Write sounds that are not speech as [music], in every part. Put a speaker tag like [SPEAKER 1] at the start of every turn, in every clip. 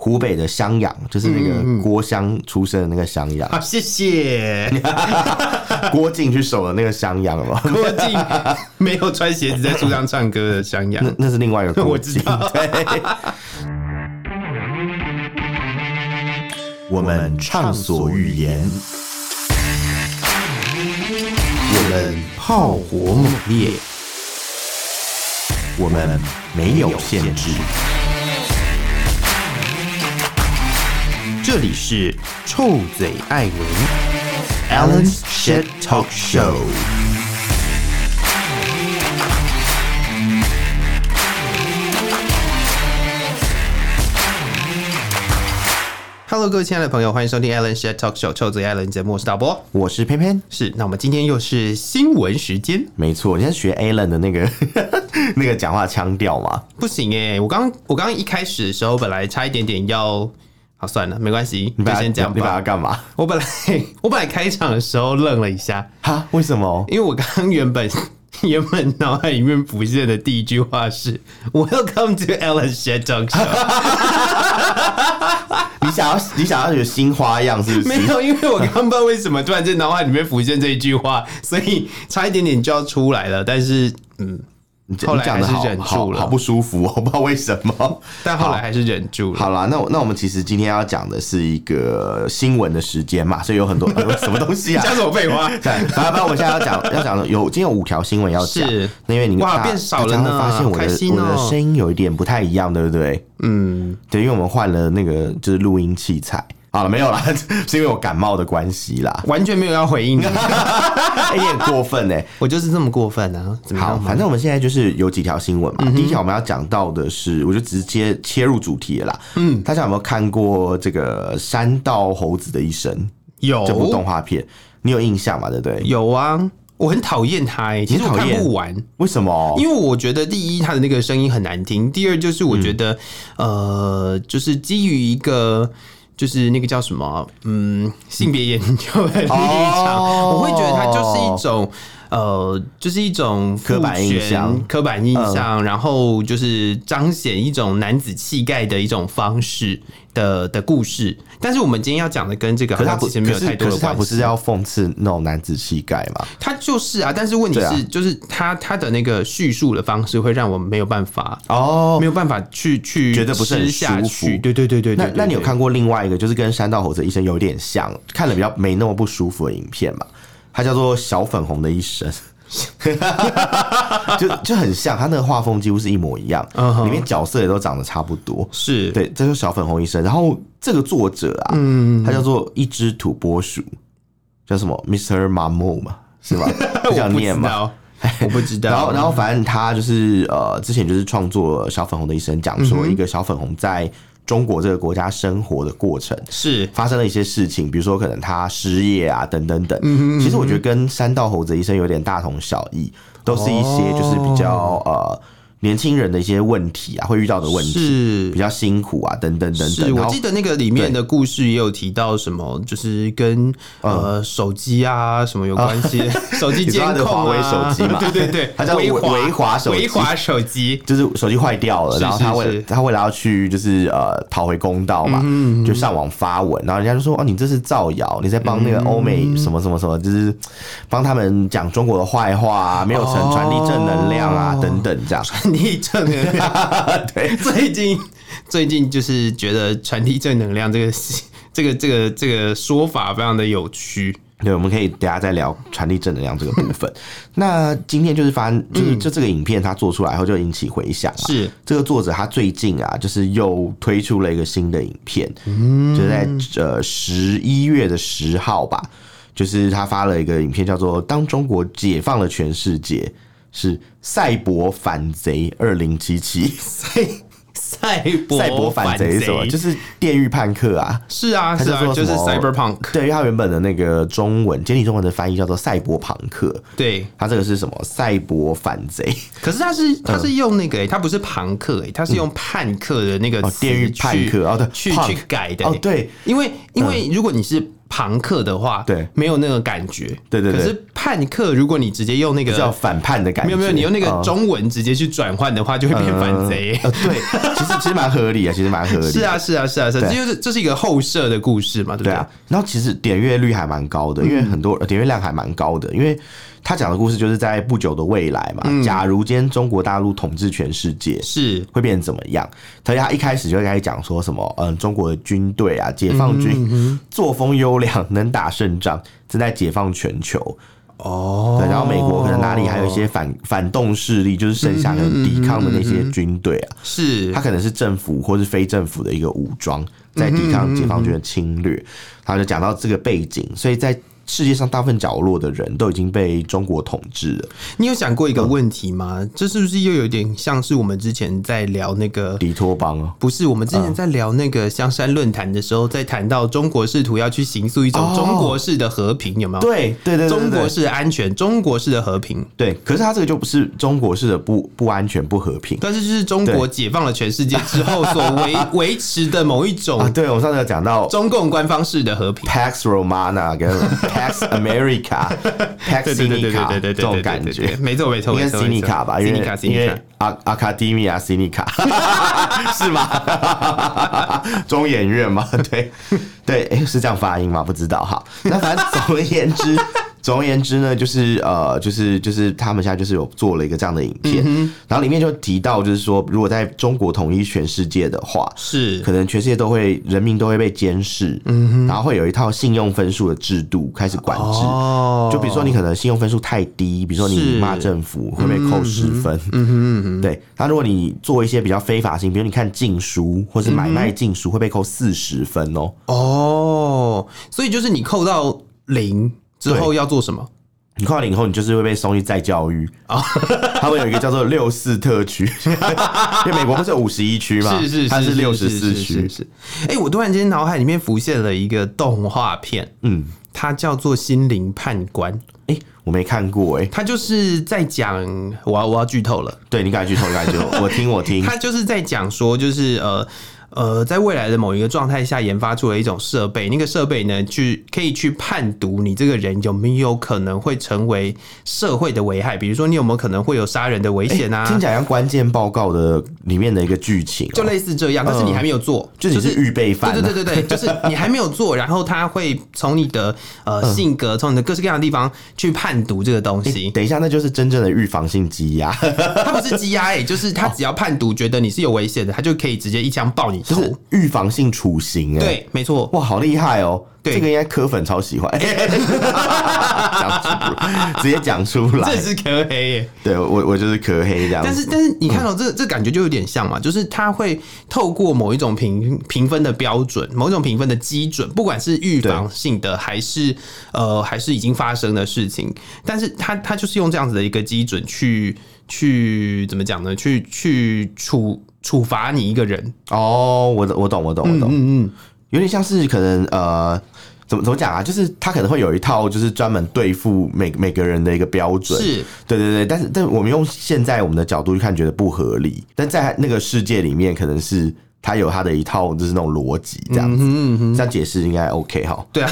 [SPEAKER 1] 湖北的襄阳，就是那
[SPEAKER 2] 嗯嗯
[SPEAKER 1] 个郭襄出生的那个襄阳， [laughs]
[SPEAKER 2] 好，谢 [laughs] 谢。
[SPEAKER 1] 郭靖去守的那个襄阳嘛，
[SPEAKER 2] 郭靖没有穿鞋子在树上唱歌的襄阳
[SPEAKER 1] 那， [laughs] 那是另外一个
[SPEAKER 2] 我
[SPEAKER 1] 郭
[SPEAKER 2] 知
[SPEAKER 1] 靖。
[SPEAKER 2] 道
[SPEAKER 1] 对， [laughs] 我
[SPEAKER 2] 们畅所欲
[SPEAKER 1] 言，
[SPEAKER 2] 我们炮火猛烈，
[SPEAKER 1] 我们没有限制。
[SPEAKER 2] [laughs] 这里是臭嘴艾文 Alan's Shit Talk Show。Hello，各位亲爱的朋友，欢迎收听 Alan Shit Talk Show 臭嘴艾伦节目，我是导播。
[SPEAKER 1] 我是偏偏，
[SPEAKER 2] 是，那我们今天又是新闻时间。
[SPEAKER 1] 没错，你在学 Alan 的那个 [laughs] 那个讲话腔调嘛？
[SPEAKER 2] 不行哎、我刚我刚一开始的时候，本来差一点点要，好算了，没关系，
[SPEAKER 1] 你
[SPEAKER 2] 就
[SPEAKER 1] 把它
[SPEAKER 2] 先这样
[SPEAKER 1] 你把它
[SPEAKER 2] 吧。
[SPEAKER 1] 干嘛？ [laughs]
[SPEAKER 2] 我本来 [laughs] 我本来开场的时候愣了一下，
[SPEAKER 1] 哈？为什么？
[SPEAKER 2] 因为我刚刚原本 [laughs] 原本脑海里面浮现的第一句话是 “Welcome to Alan s h a t Talk Show”，
[SPEAKER 1] 你想要你想要有新花样是不
[SPEAKER 2] 没
[SPEAKER 1] 是？
[SPEAKER 2] 有，因为我刚刚不知道为什么突然间脑海里面浮现这一句话，所以差一点点就要出来了。但是嗯，
[SPEAKER 1] 你
[SPEAKER 2] 后来
[SPEAKER 1] 你讲的
[SPEAKER 2] 还是
[SPEAKER 1] 好
[SPEAKER 2] 忍住
[SPEAKER 1] 好
[SPEAKER 2] 了
[SPEAKER 1] 好不舒服哦，我不知道为什么。
[SPEAKER 2] 但后来还是忍住了。
[SPEAKER 1] 好啦，那我那我们其实今天要讲的是一个新闻的时间嘛，所以有很多、呃什么东西啊
[SPEAKER 2] 讲。什么废
[SPEAKER 1] [laughs]
[SPEAKER 2] 话？
[SPEAKER 1] 对，反正反正我现在要讲要讲的有今天有五条新闻要讲
[SPEAKER 2] 是，
[SPEAKER 1] 那因为你
[SPEAKER 2] 哇
[SPEAKER 1] 大
[SPEAKER 2] 变少了呢
[SPEAKER 1] 大家会发现我
[SPEAKER 2] 开
[SPEAKER 1] 的、
[SPEAKER 2] 心哦
[SPEAKER 1] 我的声音有一点不太一样，对不对？
[SPEAKER 2] 嗯，
[SPEAKER 1] 对，因为我们换了那个就是录音器材。好了， [laughs] 没有啦，是因为我感冒的关系啦， [laughs]
[SPEAKER 2] 完全没有要回应你，
[SPEAKER 1] 有点过分呢、
[SPEAKER 2] [laughs] 我就是这么过分啊！怎么
[SPEAKER 1] 好，
[SPEAKER 2] 样？嗯
[SPEAKER 1] 反正我们现在就是有几条新闻嘛。第一条我们要讲到的是，我就直接切入主题了啦。嗯，大家有没有看过这个《山道猴子的一生》
[SPEAKER 2] 有
[SPEAKER 1] 这部动画片？你有印象嘛？对不对？
[SPEAKER 2] 哦有啊，我很讨厌他、欸，其实我
[SPEAKER 1] 讨
[SPEAKER 2] 看
[SPEAKER 1] 厌
[SPEAKER 2] 不完，
[SPEAKER 1] 为什么？
[SPEAKER 2] 因为我觉得第一他的那个声音很难听，第二就是我觉得、
[SPEAKER 1] 嗯
[SPEAKER 2] 呃，就是基于一个。就是那个叫什么，嗯，性别研究的立场，
[SPEAKER 1] 哦
[SPEAKER 2] 我会觉得它就是一种，呃，就是一种父
[SPEAKER 1] 刻板印
[SPEAKER 2] 权
[SPEAKER 1] 象嗯
[SPEAKER 2] 刻板印象，然后就是彰显一种男子气概的一种方式的的故事。但是我们今天要讲的跟这个
[SPEAKER 1] 可
[SPEAKER 2] 好
[SPEAKER 1] 是他
[SPEAKER 2] 像
[SPEAKER 1] 不，
[SPEAKER 2] 其实没
[SPEAKER 1] 可
[SPEAKER 2] 有太
[SPEAKER 1] 是
[SPEAKER 2] 多
[SPEAKER 1] 可
[SPEAKER 2] 的
[SPEAKER 1] 是他
[SPEAKER 2] 关
[SPEAKER 1] 不
[SPEAKER 2] 系
[SPEAKER 1] 是。要讽刺那种男子气概嘛？
[SPEAKER 2] 他就是啊，但是问题是，
[SPEAKER 1] 对啊
[SPEAKER 2] 就是他他的那个叙述的方式会让我们没有办法，
[SPEAKER 1] 哦
[SPEAKER 2] 没，有办法去去
[SPEAKER 1] 觉得不是很
[SPEAKER 2] 吃下
[SPEAKER 1] 舒
[SPEAKER 2] 去。
[SPEAKER 1] 服
[SPEAKER 2] 对对对对对
[SPEAKER 1] 那
[SPEAKER 2] 对
[SPEAKER 1] 那你有
[SPEAKER 2] 对
[SPEAKER 1] 看过另外一个，就是跟《山道猴子的一生》有点像，看了比较没那么不舒服的影片嘛？它叫做《小粉红的一 [laughs] 生》。就就很像，它那个画风几乎是一模一样
[SPEAKER 2] 嗯哼
[SPEAKER 1] 里面角色也都长得差不多。
[SPEAKER 2] 是？
[SPEAKER 1] 对，这就是小粉红医生。然后这个作者啊，
[SPEAKER 2] 嗯，
[SPEAKER 1] 他叫做一只土拨鼠，叫什么 Mr. Mamo 嘛，是吧？ [laughs]
[SPEAKER 2] 我
[SPEAKER 1] 不想
[SPEAKER 2] 不
[SPEAKER 1] 念
[SPEAKER 2] 知
[SPEAKER 1] 嘛。
[SPEAKER 2] 道， [laughs] 我不知道。
[SPEAKER 1] 然后，然后反正他就是呃，之前就是创作《小粉红的一生》，讲说一个小粉红在中国这个国家生活的过程。
[SPEAKER 2] 是
[SPEAKER 1] 发生了一些事情，比如说可能他失业啊，等等等。
[SPEAKER 2] 嗯
[SPEAKER 1] 其实我觉得跟山道猴子的一生有点大同小异，都是一些就是比较、
[SPEAKER 2] 哦
[SPEAKER 1] 呃年轻人的一些问题啊，会遇到的问题，
[SPEAKER 2] 是
[SPEAKER 1] 比较辛苦啊，等等等
[SPEAKER 2] 是，
[SPEAKER 1] 等。然
[SPEAKER 2] 我
[SPEAKER 1] 后
[SPEAKER 2] 记得那个里面的故事也有提到什么，就是跟呃手机啊什么有关
[SPEAKER 1] [laughs]
[SPEAKER 2] 系，手机
[SPEAKER 1] 嗯你知
[SPEAKER 2] 监
[SPEAKER 1] 道
[SPEAKER 2] 控
[SPEAKER 1] 他的华为
[SPEAKER 2] 啊
[SPEAKER 1] 手机嘛
[SPEAKER 2] [laughs] 对对
[SPEAKER 1] [laughs]
[SPEAKER 2] 对，
[SPEAKER 1] 它叫
[SPEAKER 2] 维
[SPEAKER 1] 维维华手
[SPEAKER 2] 维
[SPEAKER 1] 机
[SPEAKER 2] 华手机。
[SPEAKER 1] 就是手机坏掉了，
[SPEAKER 2] 是
[SPEAKER 1] 然后他
[SPEAKER 2] 是
[SPEAKER 1] 为了
[SPEAKER 2] 是嗯
[SPEAKER 1] 他为了要去就是呃讨回公道嘛，就上网发文，然后人家就说哦你这是造谣，你在帮那个欧美什么什么什么，就是帮他们讲中国的坏话、啊，没有传传递正能量啊、
[SPEAKER 2] 哦
[SPEAKER 1] 等等这样。
[SPEAKER 2] 传递正能量。
[SPEAKER 1] [laughs]
[SPEAKER 2] 对，最近最近就是觉得传递正能量这个这个这个这个说法非常的有趣。
[SPEAKER 1] 对，我们可以等一下再聊传递正能量这个部
[SPEAKER 2] [laughs]
[SPEAKER 1] 分。那今天就是发，就是
[SPEAKER 2] 嗯
[SPEAKER 1] 就这个影片它做出来后就引起回响、啊。
[SPEAKER 2] 是
[SPEAKER 1] 这个作者他最近啊，就是又推出了一个新的影片，就在呃十一月的十号吧，就是他发了一个影片叫做《当中国解放了全世界》，是赛博反贼二零七七。
[SPEAKER 2] 赛赛博
[SPEAKER 1] 赛博反贼是什么？就是电狱叛客啊。
[SPEAKER 2] 是啊
[SPEAKER 1] 它
[SPEAKER 2] 是
[SPEAKER 1] 叫
[SPEAKER 2] 啊，
[SPEAKER 1] 做
[SPEAKER 2] 就是
[SPEAKER 1] 什么
[SPEAKER 2] cyberpunk。
[SPEAKER 1] 对，因为他原本的那个中文简体中文的翻译叫做赛博朋克，
[SPEAKER 2] 对，
[SPEAKER 1] 他这个是什么？赛博反贼，
[SPEAKER 2] 可是他是
[SPEAKER 1] 嗯
[SPEAKER 2] 他是用那个、欸，他不是朋克、欸，他是用叛客的那个
[SPEAKER 1] 哦
[SPEAKER 2] 词
[SPEAKER 1] 电狱
[SPEAKER 2] 去
[SPEAKER 1] 叛客哦对
[SPEAKER 2] 去
[SPEAKER 1] punk
[SPEAKER 2] 去改的、欸
[SPEAKER 1] 哦，对，
[SPEAKER 2] 因为因为如果你是朋克的话，
[SPEAKER 1] 对
[SPEAKER 2] 没有那个感觉。
[SPEAKER 1] 对对对
[SPEAKER 2] 可是叛客，如果你直接用那个
[SPEAKER 1] 叫反叛的感觉。
[SPEAKER 2] 没有没有，你用那个
[SPEAKER 1] 嗯
[SPEAKER 2] 中文直接去转换的话，就会变反贼。
[SPEAKER 1] 呃，对，其实其实蛮合理啊，其实蛮合理。
[SPEAKER 2] 是啊，是啊，是啊，是啊，
[SPEAKER 1] 对
[SPEAKER 2] 这就是这是一个后设的故事嘛，对不
[SPEAKER 1] 对啊，然后其实点阅率还蛮高的，因
[SPEAKER 2] 嗯
[SPEAKER 1] 为很多、呃点阅量还蛮高的，因为他讲的故事就是在不久的未来嘛，
[SPEAKER 2] 嗯
[SPEAKER 1] 假如今天中国大陆统治全世界。
[SPEAKER 2] 是，
[SPEAKER 1] 会变成怎么样？所以他一开始就开始讲说什么，嗯，中国的军队啊，解放
[SPEAKER 2] 嗯
[SPEAKER 1] 军、作风优良，能打胜仗，正在解放全球。
[SPEAKER 2] 哦
[SPEAKER 1] 对，然后美国可能哪里还有一些反反动势力，就是剩下可能抵抗的那些军队啊，
[SPEAKER 2] 是
[SPEAKER 1] 它可能是政府或是非政府的一个武装，在抵抗解放军的侵略。他就讲到这个背景，所以在世界上大部分角落的人都已经被中国统治了，
[SPEAKER 2] 你有想过一个问题吗？这是不是又有点像是我们之前在聊那个？
[SPEAKER 1] 迪托邦哦。
[SPEAKER 2] 不是，我们之前在聊那个香山论坛的时候，在谈到中国试图要去行塑一种
[SPEAKER 1] 哦
[SPEAKER 2] 中国式的和平，有没有？，
[SPEAKER 1] 对对对对
[SPEAKER 2] 中国
[SPEAKER 1] 对
[SPEAKER 2] 式的安全，中国式的和平，
[SPEAKER 1] 对，可是他这个就不是中国式的不不安全不和平
[SPEAKER 2] 但是就是中国解放了全世界之后所
[SPEAKER 1] [laughs]
[SPEAKER 2] 维维持的某一
[SPEAKER 1] 啊！
[SPEAKER 2] 种
[SPEAKER 1] 对我们上次有讲到
[SPEAKER 2] 中共官方式的和平。
[SPEAKER 1] Pax Romana 跟 Pax America、Pax
[SPEAKER 2] 对对对对对
[SPEAKER 1] Sinica
[SPEAKER 2] 对对对，
[SPEAKER 1] 这种感
[SPEAKER 2] 对对对
[SPEAKER 1] 觉
[SPEAKER 2] 对，没错没错，
[SPEAKER 1] 应该
[SPEAKER 2] 没
[SPEAKER 1] 是
[SPEAKER 2] 错
[SPEAKER 1] c i n i c 吧，因为
[SPEAKER 2] Sinica
[SPEAKER 1] 因为
[SPEAKER 2] Sinica，
[SPEAKER 1] 阿阿卡迪米亚 c i n i c [laughs] 是吗？ [laughs] 中研院嘛，对对，诶是这样发音吗？不知道哈。那反正总而言之。总而言之呢，就是呃，就是就是他们现在就是有做了一个这样的影片，
[SPEAKER 2] 嗯
[SPEAKER 1] 然后里面就提到，就是说，如果在中国统一全世界的话，
[SPEAKER 2] 是
[SPEAKER 1] 可能全世界都会人民都会被监视，
[SPEAKER 2] 嗯
[SPEAKER 1] 然后会有一套信用分数的制度开始管制。
[SPEAKER 2] 哦
[SPEAKER 1] 就比如说你可能信用分数太低，比如说你
[SPEAKER 2] 是
[SPEAKER 1] 骂政府会被扣十分，嗯哼 [laughs] 对。那如果你做一些比较非法性，比如你看禁书或是买卖禁书会被扣四十分哦。
[SPEAKER 2] 哦，所以就是你扣到零之后要做什么？
[SPEAKER 1] 你扣到零以后，你就是会被送去再教育
[SPEAKER 2] 哦
[SPEAKER 1] 啊。 [laughs] 他们有一个叫做六四特区， [laughs] 因为美国不是有五十一区嘛，
[SPEAKER 2] 是是，
[SPEAKER 1] 它是六十四
[SPEAKER 2] 是是
[SPEAKER 1] 区，
[SPEAKER 2] 是。哎、我突然间脑海里面浮现了一个动画片，
[SPEAKER 1] 嗯。
[SPEAKER 2] 它叫做《心灵判官》，
[SPEAKER 1] 哎、我没看过哎、
[SPEAKER 2] 它就是在讲，我要我要剧透了，
[SPEAKER 1] 对你赶紧去偷，你赶紧去
[SPEAKER 2] [laughs]
[SPEAKER 1] 偷，我听我听。
[SPEAKER 2] 它就是在讲说，就是呃。呃，在未来的某一个状态下，研发出了一种设备，那个设备呢，去可以去判读你这个人有没有可能会成为社会的危害，比如说你有没有可能会有杀人的危险啊，
[SPEAKER 1] 哎听起来像关键报告的里面的一个剧情哦、
[SPEAKER 2] 就类似这样，但是你还没有做，
[SPEAKER 1] 就你是预备犯、啊，
[SPEAKER 2] 对对对对对，就是你还没有做，然后他会从你的呃
[SPEAKER 1] 嗯
[SPEAKER 2] 性格，从你的各式各样的地方去判读这个东西。
[SPEAKER 1] 等一下，那就是真正的预防性积压，
[SPEAKER 2] 他不是羁押、欸，就是
[SPEAKER 1] 哦
[SPEAKER 2] 他只要判读觉得你是有危险的，他就可以直接一枪爆你
[SPEAKER 1] 就
[SPEAKER 2] 头。
[SPEAKER 1] 是预防性处刑、欸。，
[SPEAKER 2] 对，没错，
[SPEAKER 1] 哇，好厉害哦！
[SPEAKER 2] 对
[SPEAKER 1] 这个应该柯粉超喜
[SPEAKER 2] [laughs]
[SPEAKER 1] 欢，讲出直接讲出
[SPEAKER 2] 这
[SPEAKER 1] 来。
[SPEAKER 2] 是可黑耶、
[SPEAKER 1] 对我，我就是柯黑这样
[SPEAKER 2] 但
[SPEAKER 1] 子。
[SPEAKER 2] 是但是你看到、这这感觉就有点像嘛，就是他会透过某一种评评分的标准，某一种评分的基准，不管是预防性的还是呃还是已经发生的事情，但是他他就是用这样子的一个基准去去怎么讲呢？去去处处罚你一个人，
[SPEAKER 1] 哦，我懂我懂，我懂，我懂。嗯嗯，有点像是可能呃。怎么怎么讲啊？就是他可能会有一套，就是专门对付每每个人的一个标准。
[SPEAKER 2] 是
[SPEAKER 1] 对对对，但是但我们用现在我们的角度去看，觉得不合理。但在那个世界里面，可能是他有他的一套，就是那种逻辑这
[SPEAKER 2] 嗯。
[SPEAKER 1] 样子。这样解释应该 OK 哈
[SPEAKER 2] 对啊，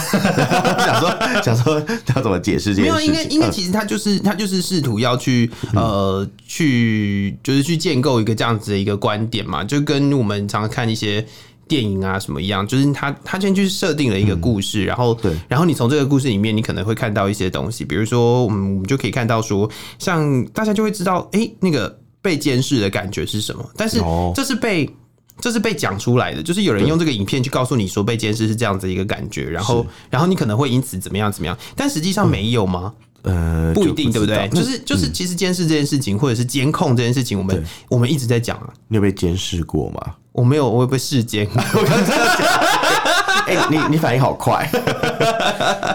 [SPEAKER 1] 想说想说要怎么解释这
[SPEAKER 2] 没
[SPEAKER 1] 件
[SPEAKER 2] 有，
[SPEAKER 1] 事
[SPEAKER 2] 应该
[SPEAKER 1] 情？嗯
[SPEAKER 2] 应该，其实他就是他就是试图要去呃去就是去建构一个这样子的一个观点嘛，就跟我们常常看一些。电影啊，什么一样，就是他他先去设定了一个故事，然后
[SPEAKER 1] 嗯对
[SPEAKER 2] 然后你从这个故事里面，你可能会看到一些东西，比如说，嗯，我们就可以看到说，像大家就会知道，哎、那个被监视的感觉是什么，但是
[SPEAKER 1] 哦
[SPEAKER 2] 这是被、这是被讲出来的，就是有人用这个影片去告诉你说被监视是这样子一个感觉，然后然后你可能会因此怎么样怎么样，但实际上没有吗？
[SPEAKER 1] 呃，
[SPEAKER 2] 不一
[SPEAKER 1] 就
[SPEAKER 2] 定，对
[SPEAKER 1] 知
[SPEAKER 2] 不对？
[SPEAKER 1] 道嗯
[SPEAKER 2] 就是就是，其实监视这件事情，或者是监控这件事情，我们我们一直在讲啊。
[SPEAKER 1] 你有被监视过吗？
[SPEAKER 2] 我没 [laughs] 有，我也被视监。
[SPEAKER 1] 哎、你你反应好快，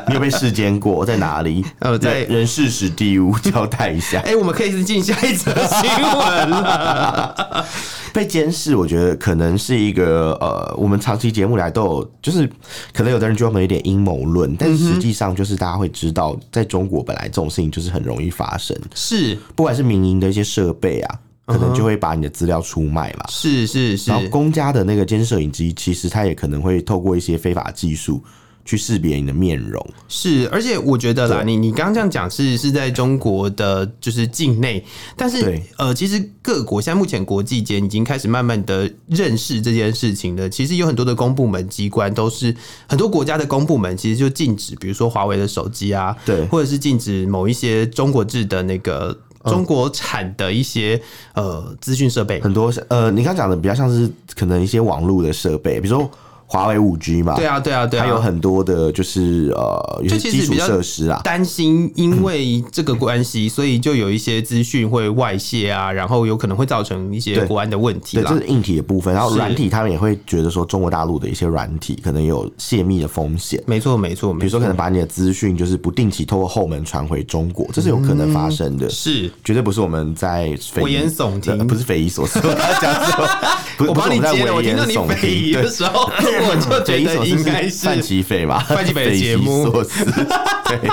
[SPEAKER 1] 你有被视奸过？在哪
[SPEAKER 2] [laughs]
[SPEAKER 1] 里？
[SPEAKER 2] 呃在
[SPEAKER 1] 人人事史地屋交代一下。
[SPEAKER 2] [laughs] 哎、我们可以进下一则新闻了。
[SPEAKER 1] 被监视，我觉得可能是一个呃，我们长期节目来都有，就是可能有的人觉得我们有点阴谋论，但是
[SPEAKER 2] 嗯
[SPEAKER 1] 实际上就是大家会知道，在中国本来这种事情就是很容易发生，
[SPEAKER 2] [laughs] 是
[SPEAKER 1] 不管是民营的一些设备啊，可
[SPEAKER 2] 嗯
[SPEAKER 1] 能就会把你的资料出卖嘛。
[SPEAKER 2] 是是是
[SPEAKER 1] 然，后公家的那个监视摄影机，其实它也可能会透过一些非法技术去识别你的面容。
[SPEAKER 2] 是，而且我觉得啦，
[SPEAKER 1] 对
[SPEAKER 2] 你你刚刚这样讲是是在中国的就是境内，但是
[SPEAKER 1] 对
[SPEAKER 2] 呃，其实各国现在目前国际间已经开始慢慢的认识这件事情了。其实有很多的公部门机关都是很多国家的公部门其实就禁止，比如说华为的手机啊，
[SPEAKER 1] 对
[SPEAKER 2] 或者是禁止某一些中国制的那个。中国产的一些呃资讯设备，
[SPEAKER 1] 很多呃，你刚讲的比较像是可能一些网络的设备，比如说华为五 G 嘛，
[SPEAKER 2] 对啊，对啊，对啊，
[SPEAKER 1] 还有很多的就是呃，有
[SPEAKER 2] 就
[SPEAKER 1] 些
[SPEAKER 2] 其实
[SPEAKER 1] 基础
[SPEAKER 2] 比较
[SPEAKER 1] 设施啊，
[SPEAKER 2] 担心因为这个关系，所以就有一些资讯会外泄啊，然后有可能会造成一些
[SPEAKER 1] 对
[SPEAKER 2] 国安的问题
[SPEAKER 1] 对，这
[SPEAKER 2] 啦。
[SPEAKER 1] 是硬体的部分。然后
[SPEAKER 2] 是
[SPEAKER 1] 软体，他们也会觉得说，中国大陆的一些软体可能有泄密的风险，
[SPEAKER 2] 没错，没错，
[SPEAKER 1] 比
[SPEAKER 2] 比
[SPEAKER 1] 如说可能把你的资讯就是不定期透过后门传回中国，这是有可能发生的。
[SPEAKER 2] 是
[SPEAKER 1] 绝对不是我们在匪夷
[SPEAKER 2] 危言耸听
[SPEAKER 1] 呃不是匪夷所思，我刚刚讲错，不是
[SPEAKER 2] [laughs] 我
[SPEAKER 1] 不是
[SPEAKER 2] 帮你
[SPEAKER 1] 们在
[SPEAKER 2] 接了，我
[SPEAKER 1] 危
[SPEAKER 2] 听
[SPEAKER 1] 言
[SPEAKER 2] 到你
[SPEAKER 1] 耸
[SPEAKER 2] 匪夷
[SPEAKER 1] 听，
[SPEAKER 2] 的
[SPEAKER 1] 对，
[SPEAKER 2] 时候，我就 [laughs] 觉
[SPEAKER 1] 匪夷
[SPEAKER 2] 得
[SPEAKER 1] 所
[SPEAKER 2] 应
[SPEAKER 1] 思
[SPEAKER 2] 该
[SPEAKER 1] 是范
[SPEAKER 2] 是
[SPEAKER 1] 琪斐嘛，
[SPEAKER 2] [laughs] 范琪斐的
[SPEAKER 1] [laughs] 匪夷
[SPEAKER 2] 节目
[SPEAKER 1] 所思
[SPEAKER 2] [laughs]
[SPEAKER 1] 对，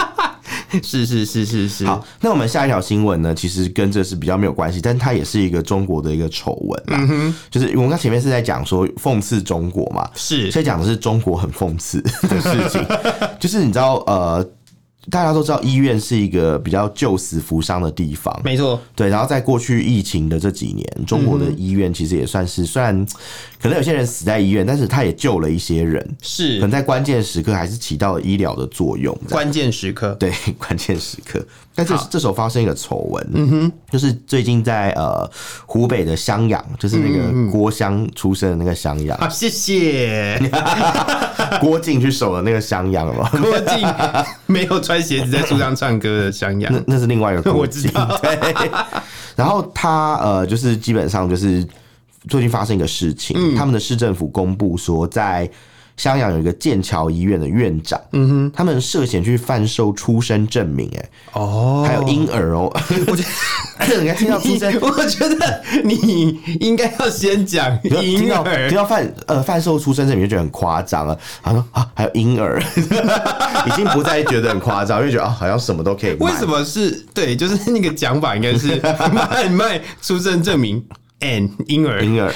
[SPEAKER 2] 是是是是是，
[SPEAKER 1] 好，那我们下一条新闻呢，其实跟这是比较没有关系，但它也是一个中国的一个丑闻
[SPEAKER 2] 嗯
[SPEAKER 1] 啦。就是我们刚前面是在讲说讽刺中国嘛，
[SPEAKER 2] 是
[SPEAKER 1] 现在讲的是中国很讽刺
[SPEAKER 2] [laughs]
[SPEAKER 1] 的事情，就是你知道呃。大家都知道，医院是一个比较救死扶伤的地方，
[SPEAKER 2] 没错，
[SPEAKER 1] 对，然后在过去疫情的这几年，中国的医院其实也算是，虽然可能有些人死在医院，但是他也救了一些人，可
[SPEAKER 2] 是
[SPEAKER 1] 能在关键时刻还是起到了医疗的作用。这样
[SPEAKER 2] [laughs] 关键时刻。
[SPEAKER 1] 对， [laughs] 关键时刻。但这这时候发生一个丑闻，嗯哼，就是最近在呃湖北的襄阳，就是那个郭襄出生的那个襄阳，
[SPEAKER 2] 好，
[SPEAKER 1] [laughs]
[SPEAKER 2] 谢谢
[SPEAKER 1] 郭靖去守的那个襄阳了。
[SPEAKER 2] 郭靖没有穿鞋子在树上唱歌的襄
[SPEAKER 1] [laughs]
[SPEAKER 2] 阳
[SPEAKER 1] 那，那是另外一个
[SPEAKER 2] 我
[SPEAKER 1] 郭
[SPEAKER 2] 知
[SPEAKER 1] 靖，对。然后他呃，就是基本上就是最近发生一个事情，他们的市政府公布说，在襄阳有一个剑桥医院的院长，嗯哼，他们涉嫌去贩售出生证明、欸，
[SPEAKER 2] 哦
[SPEAKER 1] 还有婴儿哦、
[SPEAKER 2] 我觉得。
[SPEAKER 1] 你看听到出生
[SPEAKER 2] 你 [laughs] 我觉得你应该要先讲
[SPEAKER 1] 听
[SPEAKER 2] 婴
[SPEAKER 1] 到听
[SPEAKER 2] 儿，
[SPEAKER 1] 到贩呃贩售出生证明就觉得很夸张了，他说啊还有婴儿，已经不再觉得很夸张，因为觉得啊好像什么都可以卖。
[SPEAKER 2] 为什？么是对？就是那个讲法应该是 [laughs] 卖卖出生证明 and 婴儿，
[SPEAKER 1] 婴儿，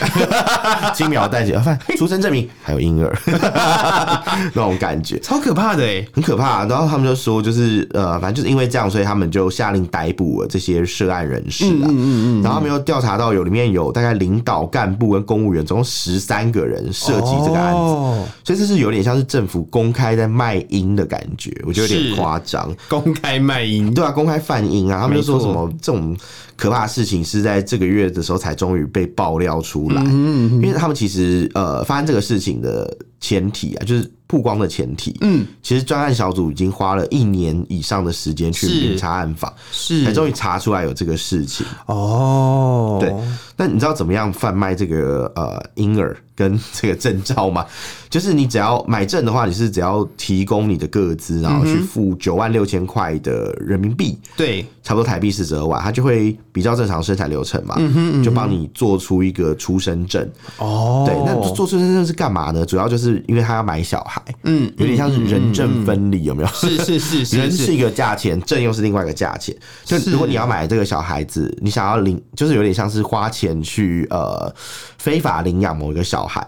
[SPEAKER 1] [laughs] 轻描淡写，啊贩出生证明还有婴儿， [laughs] 那种感觉
[SPEAKER 2] 超可怕的哎、欸！
[SPEAKER 1] 很可怕、啊然后他们就说，就是呃，反正就是因为这样，所以他们就下令逮捕了这些涉案人士啊。嗯嗯嗯然后他们又调查到有里面有大概领导干部跟公务员，总共十三个人涉及这个案子。
[SPEAKER 2] 哦
[SPEAKER 1] 所以这是有点像是政府公开在卖淫的感觉，我觉得有
[SPEAKER 2] 是
[SPEAKER 1] 点夸张。
[SPEAKER 2] 公开卖淫，
[SPEAKER 1] 对啊，公开贩淫啊，他们就说
[SPEAKER 2] 没
[SPEAKER 1] 什
[SPEAKER 2] 错
[SPEAKER 1] 么这种可怕的事情是在这个月的时候才终于被爆料出
[SPEAKER 2] 嗯
[SPEAKER 1] 来，因为他们其实呃发生这个事情的前提啊，就是曝光的前提，嗯，其实专案小组已经花了一年以上的时间去
[SPEAKER 2] 是
[SPEAKER 1] 明察暗访，才
[SPEAKER 2] 是
[SPEAKER 1] 终于查出来有这个事情。
[SPEAKER 2] 哦，
[SPEAKER 1] 对，那你知道怎么样贩卖这个呃婴儿跟这个证照吗？ [laughs] 就是你只要买证的话，你是只要提供你的个资，然
[SPEAKER 2] 嗯
[SPEAKER 1] 后去付九万六千块的人民币，
[SPEAKER 2] 对，
[SPEAKER 1] 差不多台币四十二万，它就会比较正常生产流程嘛，
[SPEAKER 2] 嗯
[SPEAKER 1] 就帮你做出一个出生证。
[SPEAKER 2] 哦，
[SPEAKER 1] 对，那做出生证是干嘛呢？主要就是因为他要买小孩，
[SPEAKER 2] 嗯，
[SPEAKER 1] 有点像是人证分离，有没有？
[SPEAKER 2] 是是是
[SPEAKER 1] [laughs] 人
[SPEAKER 2] 是
[SPEAKER 1] 是
[SPEAKER 2] 是，
[SPEAKER 1] 一个价钱，证又是另外一个价钱。就是如果你要买这个小孩子，你想要领，就是有点像是花钱去呃非法领养某一个小孩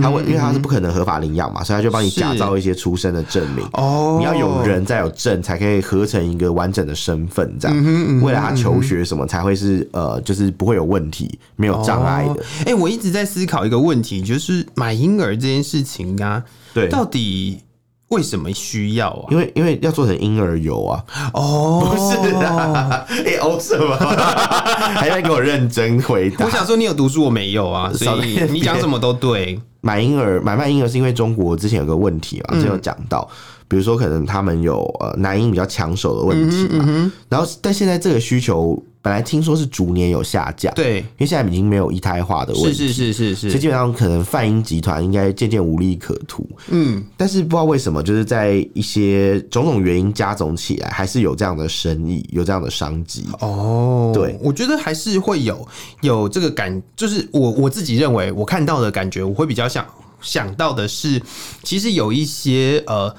[SPEAKER 1] 啦。他会因为他是不可能合法领养嘛，所以他就帮你
[SPEAKER 2] 是
[SPEAKER 1] 假造一些出生的证明。
[SPEAKER 2] 哦，
[SPEAKER 1] 你要有人再有证，才可以合成一个完整的身份，这
[SPEAKER 2] 嗯
[SPEAKER 1] 样未来他求学什么才会是呃，就是不会有问题，没有障碍
[SPEAKER 2] 哦
[SPEAKER 1] 的。
[SPEAKER 2] 哎、我一直在思考一个问题，就是买婴儿这件事情啊，
[SPEAKER 1] 对，
[SPEAKER 2] 到底为什么需要啊？
[SPEAKER 1] 因为因为要做成婴儿油啊，[laughs]
[SPEAKER 2] 哦，
[SPEAKER 1] 不是啊，你哦什么？还在给我认真回答
[SPEAKER 2] [laughs] 我。想说，你有读书，我没有啊，
[SPEAKER 1] 少
[SPEAKER 2] 所
[SPEAKER 1] 在
[SPEAKER 2] 以
[SPEAKER 1] 那边
[SPEAKER 2] 你讲什么都对。
[SPEAKER 1] 买婴儿买卖婴儿是因为中国之前有个问题
[SPEAKER 2] 嗯
[SPEAKER 1] 嘛，之前有讲到，比如说可能他们有呃男婴比较抢手的问题
[SPEAKER 2] 嗯
[SPEAKER 1] 嘛，然后但现在这个需求本来听说是逐年有下降，，
[SPEAKER 2] 对，
[SPEAKER 1] 因为现在已经没有一胎化的问
[SPEAKER 2] 是
[SPEAKER 1] 题，
[SPEAKER 2] 是是是
[SPEAKER 1] 所以
[SPEAKER 2] 是，
[SPEAKER 1] 基本上可能泛英集团应该渐渐无利可图。
[SPEAKER 2] 嗯，
[SPEAKER 1] 但是不知道为什么，就是在一些种种原因加总起来，还是有这样的生意，有这样的商机。
[SPEAKER 2] 哦，
[SPEAKER 1] 对，
[SPEAKER 2] 我觉得还是会有有这个感，就是我我自己认为我看到的感觉，我会比较想想到的是，其实有一些呃。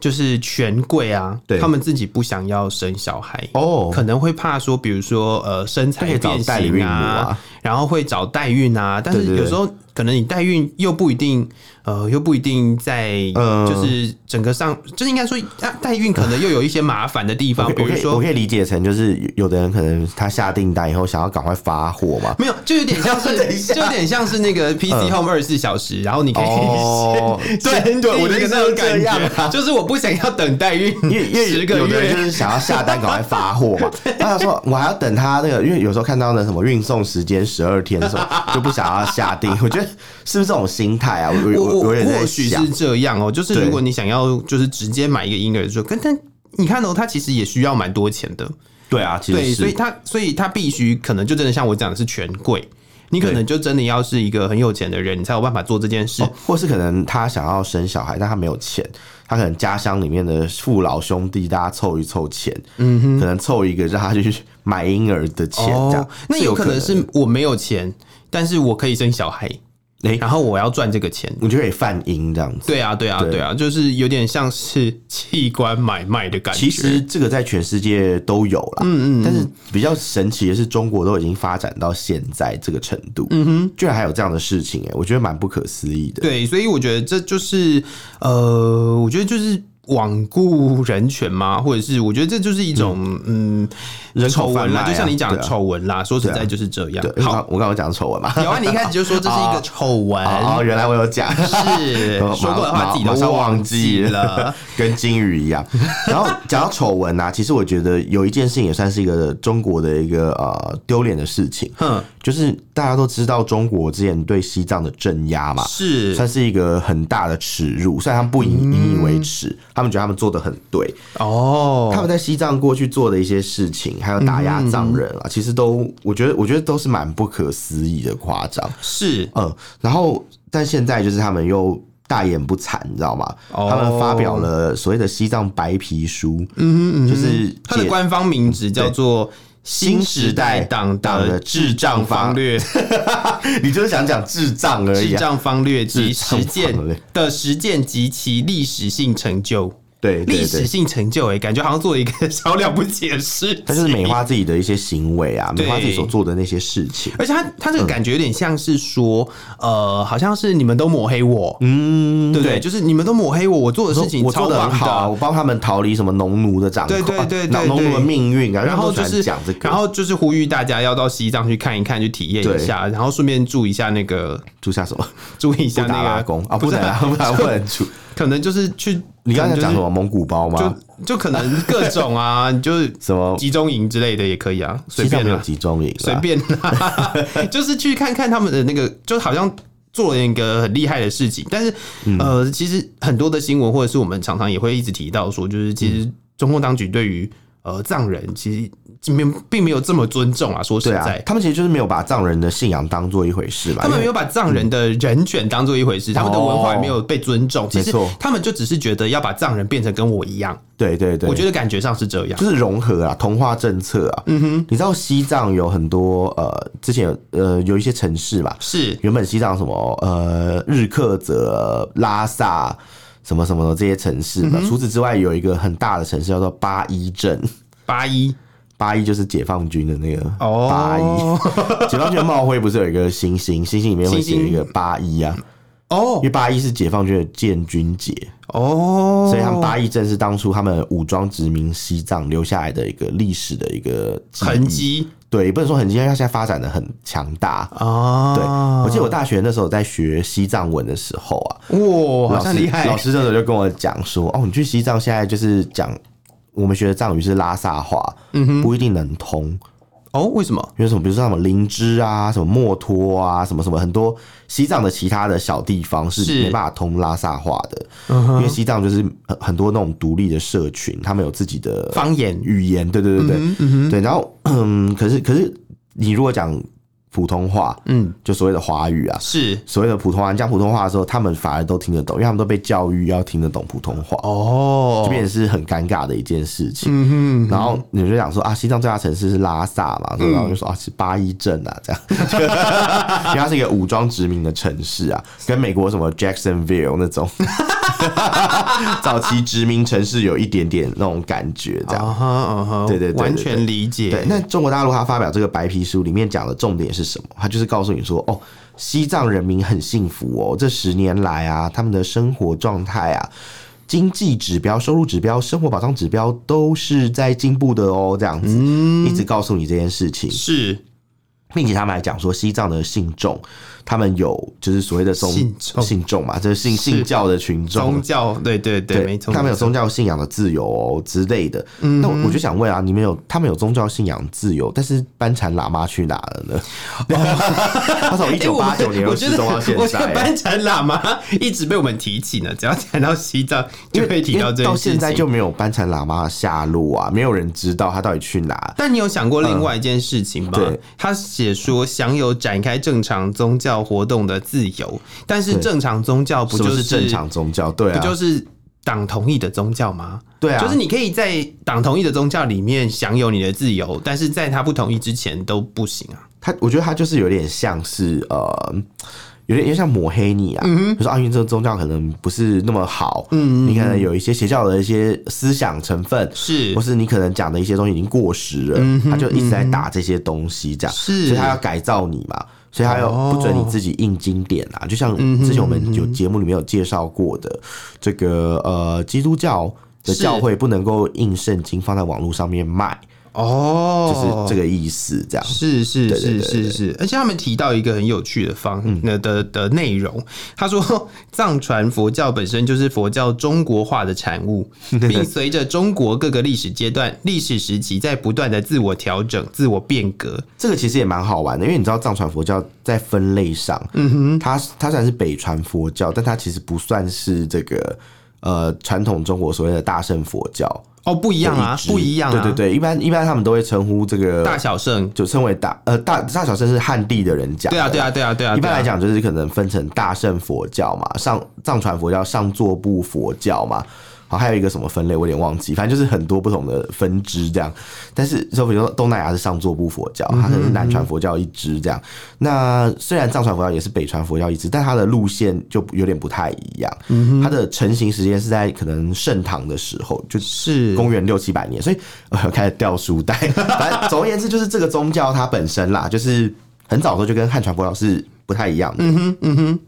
[SPEAKER 2] 就是权贵啊，
[SPEAKER 1] 对
[SPEAKER 2] 他们自己不想要生小孩，
[SPEAKER 1] 哦，
[SPEAKER 2] 可能会怕说，比如说呃身材
[SPEAKER 1] 可以找
[SPEAKER 2] 变
[SPEAKER 1] 代理
[SPEAKER 2] 形
[SPEAKER 1] 孕母
[SPEAKER 2] 啊
[SPEAKER 1] 啊，
[SPEAKER 2] 然后会找代孕啊。但
[SPEAKER 1] 对
[SPEAKER 2] 是
[SPEAKER 1] 对对
[SPEAKER 2] 有时候可能你代孕又不一定，呃，又不一定在，
[SPEAKER 1] 呃
[SPEAKER 2] 就是整个上，就是应该说啊，代孕可能又有一些麻烦的地方，
[SPEAKER 1] 我
[SPEAKER 2] 比
[SPEAKER 1] 可
[SPEAKER 2] 如
[SPEAKER 1] 以我
[SPEAKER 2] 说
[SPEAKER 1] 可以理解成就是有的人可能他下订单以后想要赶快发货
[SPEAKER 2] [laughs]
[SPEAKER 1] 嘛，
[SPEAKER 2] 没有，就有点
[SPEAKER 1] [laughs]
[SPEAKER 2] 像
[SPEAKER 1] 等一
[SPEAKER 2] 是，
[SPEAKER 1] 下嗯
[SPEAKER 2] 就有点像是那个 PC Home 二十四小时，然后你可以 [laughs]
[SPEAKER 1] 哦对
[SPEAKER 2] 先
[SPEAKER 1] 对
[SPEAKER 2] 定
[SPEAKER 1] 我的意思
[SPEAKER 2] 那种
[SPEAKER 1] 就是这
[SPEAKER 2] 感
[SPEAKER 1] 样
[SPEAKER 2] 觉，
[SPEAKER 1] 啊
[SPEAKER 2] 就是我不想要等代
[SPEAKER 1] [laughs]
[SPEAKER 2] 孕
[SPEAKER 1] 因为因为
[SPEAKER 2] 十个
[SPEAKER 1] 有的人就
[SPEAKER 2] 月，
[SPEAKER 1] 是想要下单赶快发货
[SPEAKER 2] [laughs]
[SPEAKER 1] 嘛，他想说我还要等他那个，因为有时候看到那什么运送时间十二天什么，就不想要下定。我觉得是不是这种心态啊？我
[SPEAKER 2] 我
[SPEAKER 1] 我有点在
[SPEAKER 2] 或许
[SPEAKER 1] 想
[SPEAKER 2] 是，这样哦、就是
[SPEAKER 1] 对
[SPEAKER 2] 如果你想要就是直接买一个婴儿桌，跟但你看哦、它其实也需要蛮多钱的，
[SPEAKER 1] 对啊，其
[SPEAKER 2] 对，
[SPEAKER 1] 实
[SPEAKER 2] 所以
[SPEAKER 1] 是
[SPEAKER 2] 他所以他必须可能就真的像我讲的是权贵，你可能就真的要是一个很有钱的人，你才有办法做这件事。
[SPEAKER 1] 哦或是可能他想要生小孩，但他没有钱，他可能家乡里面的父老兄弟大家凑一凑钱，嗯哼，可能凑一个让他去买婴儿的钱，这样、
[SPEAKER 2] 哦那
[SPEAKER 1] 哦是
[SPEAKER 2] 有
[SPEAKER 1] 有
[SPEAKER 2] 可能是我没有钱，但是我可以生小孩，
[SPEAKER 1] 诶
[SPEAKER 2] 然后我要赚这个钱。
[SPEAKER 1] 我觉得也泛婴这样子。
[SPEAKER 2] 对啊，对啊，
[SPEAKER 1] 对
[SPEAKER 2] 对啊，就是有点像是器官买卖的感觉。
[SPEAKER 1] 其实这个在全世界都有啦，嗯嗯但是比较神奇的是，中国都已经发展到现在这个程度，嗯哼，居然还有这样的事情、哎，我觉得蛮不可思议的。
[SPEAKER 2] 对，所以我觉得这就是呃，我觉得就是罔顾人权嘛，或者是我觉得这就是一种嗯
[SPEAKER 1] 人口
[SPEAKER 2] 丑闻啦，
[SPEAKER 1] 贩卖啊
[SPEAKER 2] 就像你讲
[SPEAKER 1] 对啊
[SPEAKER 2] 丑闻啦，说实在就是这样。
[SPEAKER 1] 对，我
[SPEAKER 2] 好，
[SPEAKER 1] 刚我刚刚讲的丑闻嘛，
[SPEAKER 2] 有啊，你一开始就说这是
[SPEAKER 1] [laughs]
[SPEAKER 2] 一个丑闻。
[SPEAKER 1] 哦，哦原来我有讲，
[SPEAKER 2] 是
[SPEAKER 1] [laughs]
[SPEAKER 2] 说过的话自己
[SPEAKER 1] 马上
[SPEAKER 2] 马上
[SPEAKER 1] 哦忘
[SPEAKER 2] 忘
[SPEAKER 1] 记
[SPEAKER 2] 记了。
[SPEAKER 1] 跟金鱼一 [laughs] 样。然后讲到丑闻啊，其实我觉得有一件事情也算是一个中国的一个呃丢脸的事情，
[SPEAKER 2] 哼，
[SPEAKER 1] 就是大家都知道中国之前对西藏的镇压嘛， [laughs]
[SPEAKER 2] 是
[SPEAKER 1] 算是一嗯个很大的耻辱，虽然他们不以引以为耻，他们觉得他们做的很对，
[SPEAKER 2] 哦，
[SPEAKER 1] 他们在西藏过去做的一些事情，还有打压藏人
[SPEAKER 2] 嗯
[SPEAKER 1] 啊，其实都我觉得我觉得都是蛮不可思议的夸张，
[SPEAKER 2] 是
[SPEAKER 1] 嗯，然后但现在就是他们又。大言不惭，你知道吗？
[SPEAKER 2] 哦
[SPEAKER 1] 他们发表了所谓的西藏白皮书，嗯嗯就是
[SPEAKER 2] 它的
[SPEAKER 1] 解
[SPEAKER 2] 官方名字叫做新时代党
[SPEAKER 1] 党的
[SPEAKER 2] 的
[SPEAKER 1] 智
[SPEAKER 2] 智
[SPEAKER 1] 障
[SPEAKER 2] 障
[SPEAKER 1] 方
[SPEAKER 2] 方略，
[SPEAKER 1] [laughs] 你就是想讲智障而已、
[SPEAKER 2] [laughs] 智
[SPEAKER 1] 啊，
[SPEAKER 2] 障方略及
[SPEAKER 1] 智障
[SPEAKER 2] 实践
[SPEAKER 1] 方略
[SPEAKER 2] 的实践及其历史性成就。
[SPEAKER 1] 对对
[SPEAKER 2] 历史
[SPEAKER 1] 对，
[SPEAKER 2] 性成就、欸，哎，感觉好像做了一个小了不起的事。
[SPEAKER 1] 他就是美化自己的一些行为啊，美
[SPEAKER 2] 对
[SPEAKER 1] 化自己所做的那些事情。
[SPEAKER 2] 而且他他这个感觉有点像是说，呃，好像是你们都抹黑我，
[SPEAKER 1] 嗯，
[SPEAKER 2] 对不对？就是你们都抹黑我，我做的事情
[SPEAKER 1] 我做
[SPEAKER 2] 超
[SPEAKER 1] 的很
[SPEAKER 2] 棒
[SPEAKER 1] 好啊，我帮他们逃离什么农奴的掌控，
[SPEAKER 2] 对对对对
[SPEAKER 1] 啊农奴的
[SPEAKER 2] 对
[SPEAKER 1] 命运啊，
[SPEAKER 2] 然后
[SPEAKER 1] 他们都
[SPEAKER 2] 就
[SPEAKER 1] 喜欢
[SPEAKER 2] 是
[SPEAKER 1] 讲这个，
[SPEAKER 2] 然后就是呼吁大家要到西藏去看一看，去体验
[SPEAKER 1] 对
[SPEAKER 2] 一下，然后顺便注意一下那个，
[SPEAKER 1] 住下什么
[SPEAKER 2] 注意一
[SPEAKER 1] 布
[SPEAKER 2] 下
[SPEAKER 1] 达
[SPEAKER 2] 那
[SPEAKER 1] 拉
[SPEAKER 2] 个
[SPEAKER 1] 宫啊，
[SPEAKER 2] 不
[SPEAKER 1] 布
[SPEAKER 2] 是
[SPEAKER 1] 达拉
[SPEAKER 2] 啊
[SPEAKER 1] 布
[SPEAKER 2] [laughs]
[SPEAKER 1] 达拉宫住。
[SPEAKER 2] 可能就是去，
[SPEAKER 1] 你刚才讲什
[SPEAKER 2] 可
[SPEAKER 1] 么蒙古包
[SPEAKER 2] 能
[SPEAKER 1] 吗？
[SPEAKER 2] 就是？就就可能各种啊，你就是
[SPEAKER 1] [laughs] 什么
[SPEAKER 2] 集中营之类的也可以啊，随
[SPEAKER 1] 西藏
[SPEAKER 2] 便
[SPEAKER 1] 没有
[SPEAKER 2] 啊，
[SPEAKER 1] 集中营啊，
[SPEAKER 2] 随便啊， [laughs] 就是去看看他们的那个，就好像。做了一个很厉害的事情，但是、
[SPEAKER 1] 嗯
[SPEAKER 2] 呃，其实很多的新闻或者是我们常常也会一直提到说，就是其
[SPEAKER 1] 嗯
[SPEAKER 2] 实中共当局对于呃藏人其实并并没有这么尊重啊。说实
[SPEAKER 1] 对
[SPEAKER 2] 在，
[SPEAKER 1] 啊，他们其实就是没有把藏人的信仰当做一回事嘛。
[SPEAKER 2] 他
[SPEAKER 1] 因
[SPEAKER 2] 们没
[SPEAKER 1] 为
[SPEAKER 2] 有把藏人的人权当做一回事，他们的文化也没有被尊重。
[SPEAKER 1] 嗯哦
[SPEAKER 2] 其
[SPEAKER 1] 没
[SPEAKER 2] 实
[SPEAKER 1] 错
[SPEAKER 2] 他们就只是觉得要把藏人变成跟我一样，
[SPEAKER 1] 对对对，
[SPEAKER 2] 我觉得感觉上是这样
[SPEAKER 1] 就。是融合啊，同化政策啊。嗯哼，你知道西藏有很多呃，之前有呃有一些城市嘛，
[SPEAKER 2] 是
[SPEAKER 1] 原本西藏什么呃日喀则、拉萨什么什么的这些城市
[SPEAKER 2] 嗯
[SPEAKER 1] 嘛，除此之外有一个很大的城市叫做八一镇，
[SPEAKER 2] 八一
[SPEAKER 1] 八一就是解放军的那个八一，
[SPEAKER 2] 哦
[SPEAKER 1] 解放军的帽徽不是有一个星星，星星里面会写一个八一啊，因
[SPEAKER 2] 哦
[SPEAKER 1] 为八一是解放军的建军节，
[SPEAKER 2] 哦，
[SPEAKER 1] 所以他们八一镇是当初他们武装殖民西藏留下来的一个历史的一个记忆
[SPEAKER 2] 痕，迹
[SPEAKER 1] 对，也不能说痕迹，因为它现在发展的很强大。
[SPEAKER 2] 啊，
[SPEAKER 1] 对，我记得我大学那时候在学西藏文的时候啊，
[SPEAKER 2] 哇，好
[SPEAKER 1] 老
[SPEAKER 2] 像
[SPEAKER 1] 师
[SPEAKER 2] 厉害
[SPEAKER 1] 老师那时候就跟我讲说，哦，你去西藏现在就是讲我们学的藏语是拉萨话，
[SPEAKER 2] 嗯
[SPEAKER 1] 不一定能通，
[SPEAKER 2] 哦。为什么？
[SPEAKER 1] 因为什么，比如说什么林芝啊，什么墨脱啊，什么什么很多西藏的其他的小地方是
[SPEAKER 2] 是
[SPEAKER 1] 没办法通拉萨话的，因为西藏就是很很多那种独立的社群，他们有自己的
[SPEAKER 2] 方言
[SPEAKER 1] 语言，对对对对、对，然后嗯，可是可是你如果讲普通话，
[SPEAKER 2] 嗯
[SPEAKER 1] 就所谓的华语啊，
[SPEAKER 2] 是
[SPEAKER 1] 所谓的普通话，你讲普通话的时候，他们反而都听得懂，因为他们都被教育要听得懂普通话，
[SPEAKER 2] 哦
[SPEAKER 1] 这，边是很尴尬的一件事情。
[SPEAKER 2] 嗯
[SPEAKER 1] 然后你就想说啊，西藏最大城市是拉萨嘛，然后就说啊是八一镇啊，这样，因为它是一个武装殖民的城市啊，跟美国什么 Jacksonville 那种早期殖民城市有一点点那种感觉，这
[SPEAKER 2] 哼
[SPEAKER 1] 样。
[SPEAKER 2] 啊哈啊哈，
[SPEAKER 1] 对对对对对
[SPEAKER 2] 完全理解。
[SPEAKER 1] 对，那中国大陆它发表这个白皮书，里面讲的重点是是什么，他就是告诉你说，哦，西藏人民很幸福哦，这十年来啊，他们的生活状态啊。经济指标、收入指标、生活保障指标都是在进步的哦，这样子、
[SPEAKER 2] 嗯
[SPEAKER 1] 一直告诉你这件事情，
[SPEAKER 2] 是
[SPEAKER 1] 并且他们还讲说，西藏的信众他们有就是所谓的宗
[SPEAKER 2] 信众
[SPEAKER 1] 信众嘛，就是信信教的群众
[SPEAKER 2] 宗教，对对对，没错，
[SPEAKER 1] 他们有
[SPEAKER 2] 没错嗯
[SPEAKER 1] 宗教信仰的自由、哦、之类的。那我我就想问啊，你们有他们有宗教信仰自由，但是班禅喇嘛去哪了
[SPEAKER 2] [laughs]
[SPEAKER 1] 呢？ [laughs] 他从一九八九年
[SPEAKER 2] 哦哎我
[SPEAKER 1] 有
[SPEAKER 2] 觉
[SPEAKER 1] 失
[SPEAKER 2] 得
[SPEAKER 1] 踪到现
[SPEAKER 2] 我觉得
[SPEAKER 1] 在。
[SPEAKER 2] 班禅喇嘛一直被我们提起呢，只要谈到西藏
[SPEAKER 1] 因
[SPEAKER 2] 就
[SPEAKER 1] 为
[SPEAKER 2] 会提
[SPEAKER 1] 因
[SPEAKER 2] 到
[SPEAKER 1] 为
[SPEAKER 2] 这
[SPEAKER 1] 到
[SPEAKER 2] 件事
[SPEAKER 1] 现在
[SPEAKER 2] 情。
[SPEAKER 1] 就没有班禅喇嘛的下落啊，没有人知道他到底去哪。
[SPEAKER 2] 但你有想过另外一件事情吗？
[SPEAKER 1] 嗯对
[SPEAKER 2] 他写说享有展开正常宗教活动的自由，但是正常宗教不
[SPEAKER 1] 什么
[SPEAKER 2] 就是
[SPEAKER 1] 正常宗教？对
[SPEAKER 2] 不
[SPEAKER 1] 啊，
[SPEAKER 2] 就是党同意的宗教吗？
[SPEAKER 1] 对啊，
[SPEAKER 2] 就是你可以在党同意的宗教里面享有你的自由，但是在他不同意之前都不行啊。
[SPEAKER 1] 他，我觉得他就是有点像是呃，有点有点像抹黑你
[SPEAKER 2] 嗯
[SPEAKER 1] 啊。就是奥运这个宗教可能不是那么好，嗯你可能有一些邪教的一些思想成分，
[SPEAKER 2] 是
[SPEAKER 1] 或是你可能讲的一些东西已经过时了，
[SPEAKER 2] 嗯
[SPEAKER 1] 他就一直在打这些东西，这样，
[SPEAKER 2] 是
[SPEAKER 1] 所以他要改造你嘛。所以他要不准你自己印经典啊，就像
[SPEAKER 2] 嗯
[SPEAKER 1] 之前我们有节目里面有介绍过的，这个呃基督教的
[SPEAKER 2] 是
[SPEAKER 1] 教会不能够印圣经放在网络上面卖，就是
[SPEAKER 2] 哦，
[SPEAKER 1] 这个意思，这样。
[SPEAKER 2] 是是
[SPEAKER 1] 对对
[SPEAKER 2] 是
[SPEAKER 1] 对
[SPEAKER 2] 是是，而且他们提到一个很有趣的方
[SPEAKER 1] 嗯
[SPEAKER 2] 那的的内容，他说 [laughs] 藏传佛教本身就是佛教中国化的产物，
[SPEAKER 1] [laughs]
[SPEAKER 2] 并随着中国各个历史阶段、历史时期在不断的自我调整、自我变革。
[SPEAKER 1] 这个其实也蛮好玩的，因为你知道藏传佛教在分类上，嗯哼，它它虽然是北传佛教，但它其实不算是这个呃传统中国所谓的大乘佛教
[SPEAKER 2] 哦，不一
[SPEAKER 1] 一
[SPEAKER 2] 样啊，
[SPEAKER 1] 支
[SPEAKER 2] 不一样啊，
[SPEAKER 1] 对对对，一般一般他们都会称呼这个
[SPEAKER 2] 大小圣，
[SPEAKER 1] 就称为大呃大大小乘是汉地的人讲，
[SPEAKER 2] 对啊对啊。对啊对啊，
[SPEAKER 1] 一般
[SPEAKER 2] 对啊
[SPEAKER 1] 来讲，就是可能分成大乘佛教嘛，上藏传佛教、上座部佛教嘛，好，还有一个什么分类，我有点忘记，反正就是很多不同的分支这样。但是，就比如说东南亚是上座部佛教，它可能是南
[SPEAKER 2] 嗯
[SPEAKER 1] 传佛教一支这样。那虽然藏传佛教也是北传佛教一支，但它的路线就有点不太一样。它的成型时间是在可能盛唐的时候，就是公元六七百年，所以呃开始掉书袋。 [laughs] 反正总而言之，就是这个宗教它本身啦，就是很早的时候就跟汉传佛教是不太一样的。嗯哼，嗯哼。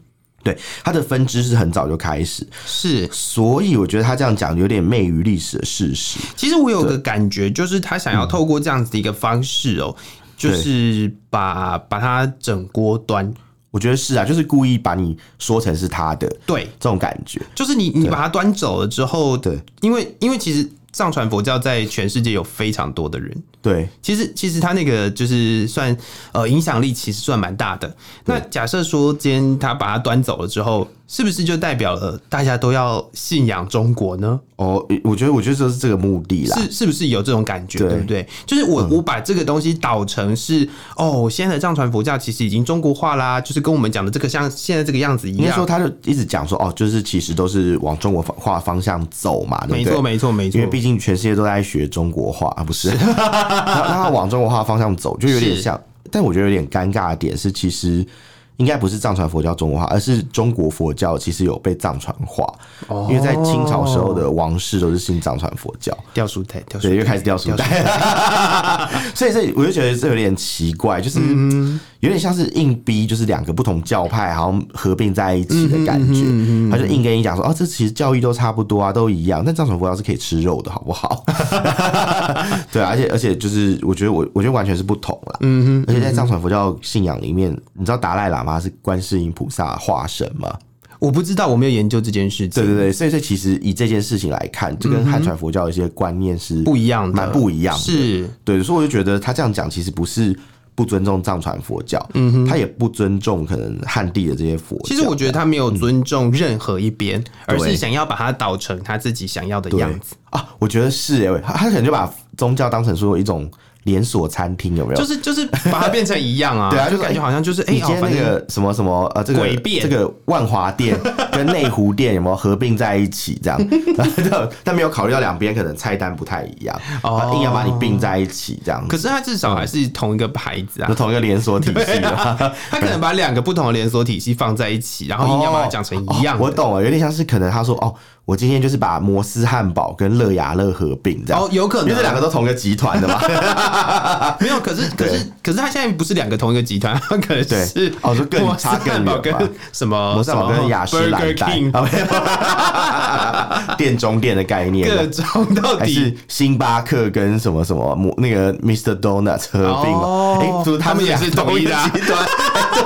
[SPEAKER 1] 对，它的分支是很早就开始，
[SPEAKER 2] 是
[SPEAKER 1] 所以我觉得他这样讲有点昧于历史的事实。
[SPEAKER 2] 其实我有个感觉，就是他想要透过这样子的一个方式哦、就是把把它整锅端，
[SPEAKER 1] 我觉得是啊，就是故意把你说成是他的
[SPEAKER 2] 对，
[SPEAKER 1] 这种感觉。
[SPEAKER 2] 就是你你把它端走了之后，
[SPEAKER 1] 对
[SPEAKER 2] 因为因为其实藏传佛教在全世界有非常多的人，
[SPEAKER 1] 对，
[SPEAKER 2] 其实其实他那个就是算呃影响力其实算蛮大的。那假设说今天他把它端走了之后，是不是就代表了大家都要信仰中国呢？
[SPEAKER 1] 哦，我觉得我觉得这是这个目的啦。
[SPEAKER 2] 是是不是有这种感觉，
[SPEAKER 1] 对嗯
[SPEAKER 2] 对不对？就是我、我把这个东西导成是哦，现在的藏传佛教其实已经中国化啦，就是跟我们讲的这个像现在这个样子一
[SPEAKER 1] 应该
[SPEAKER 2] 样。
[SPEAKER 1] 说，他就一直讲说，哦，就是其实都是往中国化方向走嘛，对
[SPEAKER 2] 没
[SPEAKER 1] 不对
[SPEAKER 2] 错，？没错，没错
[SPEAKER 1] 因为。毕竟全世界都在学中国话，啊、不是？ [laughs] 然后然后往中国化方向走，就有点
[SPEAKER 2] 是
[SPEAKER 1] 像。但我觉得有点尴尬的点是，其实应该不是藏传佛教中国化，而是中国佛教其实有被藏传化，
[SPEAKER 2] 哦
[SPEAKER 1] 因为在清朝时候的王室都是信藏传佛教。
[SPEAKER 2] 掉书袋，掉书
[SPEAKER 1] 对，
[SPEAKER 2] 袋
[SPEAKER 1] 又开始掉书袋， [laughs] 所以所以我就觉得这有点奇怪，就是有点像是硬逼，就是两个不同教派好像合并在一起的感觉。他就硬跟你讲说，哦，这其实教义都差不多啊，都一样。但藏传佛教是可以吃肉的，好不 [laughs] 好？对，啊而且而且就是我觉得我我觉得完全是不同啦。嗯而且在藏传佛教信仰里面，你知道达赖喇嘛是观世音菩萨的化身吗？
[SPEAKER 2] 我不知道，我没有研究这件事情，
[SPEAKER 1] 对对对，所以所以其实以这件事情来看，这跟汉传佛教的一些观念是
[SPEAKER 2] 不一样的，
[SPEAKER 1] 蛮嗯不一样的
[SPEAKER 2] 是
[SPEAKER 1] 对，所以我就觉得他这样讲其实不是不尊重藏传佛教，他也不尊重可能汉地的这些佛教。
[SPEAKER 2] 嗯其实我觉得他没有尊重任何一边，而
[SPEAKER 1] 对
[SPEAKER 2] 是想要把它导成他自己想要的样子。
[SPEAKER 1] 啊，我觉得是哎、欸，他他可能就把宗教当成说一种连锁餐厅，有没有？
[SPEAKER 2] 就是就是把它变成一样
[SPEAKER 1] [laughs]
[SPEAKER 2] 啊，
[SPEAKER 1] 对啊就是
[SPEAKER 2] 就感觉好像就是哎，
[SPEAKER 1] 你今
[SPEAKER 2] 好
[SPEAKER 1] 天
[SPEAKER 2] 反
[SPEAKER 1] 那
[SPEAKER 2] 正
[SPEAKER 1] 个什么什么呃，这个
[SPEAKER 2] 诡辩
[SPEAKER 1] 这个万华
[SPEAKER 2] [laughs]
[SPEAKER 1] 店跟内湖店有没有合并在一起这样？ [laughs] 然后就但没有考虑到两边可能菜单不太一样，啊
[SPEAKER 2] 哦
[SPEAKER 1] 然后硬要把你并在一起这样
[SPEAKER 2] 可
[SPEAKER 1] 子，
[SPEAKER 2] 是它至少
[SPEAKER 1] 嗯
[SPEAKER 2] 还是同一个牌子啊
[SPEAKER 1] 就，同一个连锁体系
[SPEAKER 2] 对
[SPEAKER 1] 嘛。 [laughs]
[SPEAKER 2] 啊，他可能把两个不同的连锁体系放在一起，然后硬要把它讲成一样
[SPEAKER 1] 哦
[SPEAKER 2] 的。
[SPEAKER 1] 我懂了，有点像是可能他说哦，我今天就是把摩斯汉堡跟乐雅乐合并，这样
[SPEAKER 2] 哦，啊有可
[SPEAKER 1] 因为
[SPEAKER 2] 能
[SPEAKER 1] 这两个都同一个集团的嘛。
[SPEAKER 2] 没有，可是可是可是他现在不是两个同一个集团，他可能
[SPEAKER 1] 对
[SPEAKER 2] 是
[SPEAKER 1] 哦就更
[SPEAKER 2] [laughs] 摩斯
[SPEAKER 1] 差更
[SPEAKER 2] 汉堡
[SPEAKER 1] 远吧
[SPEAKER 2] 跟什
[SPEAKER 1] [laughs]
[SPEAKER 2] 么
[SPEAKER 1] 摩斯汉堡跟雅诗兰黛
[SPEAKER 2] Burger King
[SPEAKER 1] 啊，没有 [laughs] 店中店的概念，啊
[SPEAKER 2] 各种到
[SPEAKER 1] 哎还
[SPEAKER 2] 底
[SPEAKER 1] 是星巴克跟什么什么摩那个 Mr. Donuts 合并
[SPEAKER 2] 哦
[SPEAKER 1] 哦，哎，是不是
[SPEAKER 2] 他们也
[SPEAKER 1] 俩
[SPEAKER 2] 是
[SPEAKER 1] 同
[SPEAKER 2] 同一
[SPEAKER 1] 一
[SPEAKER 2] 的啊
[SPEAKER 1] 集团？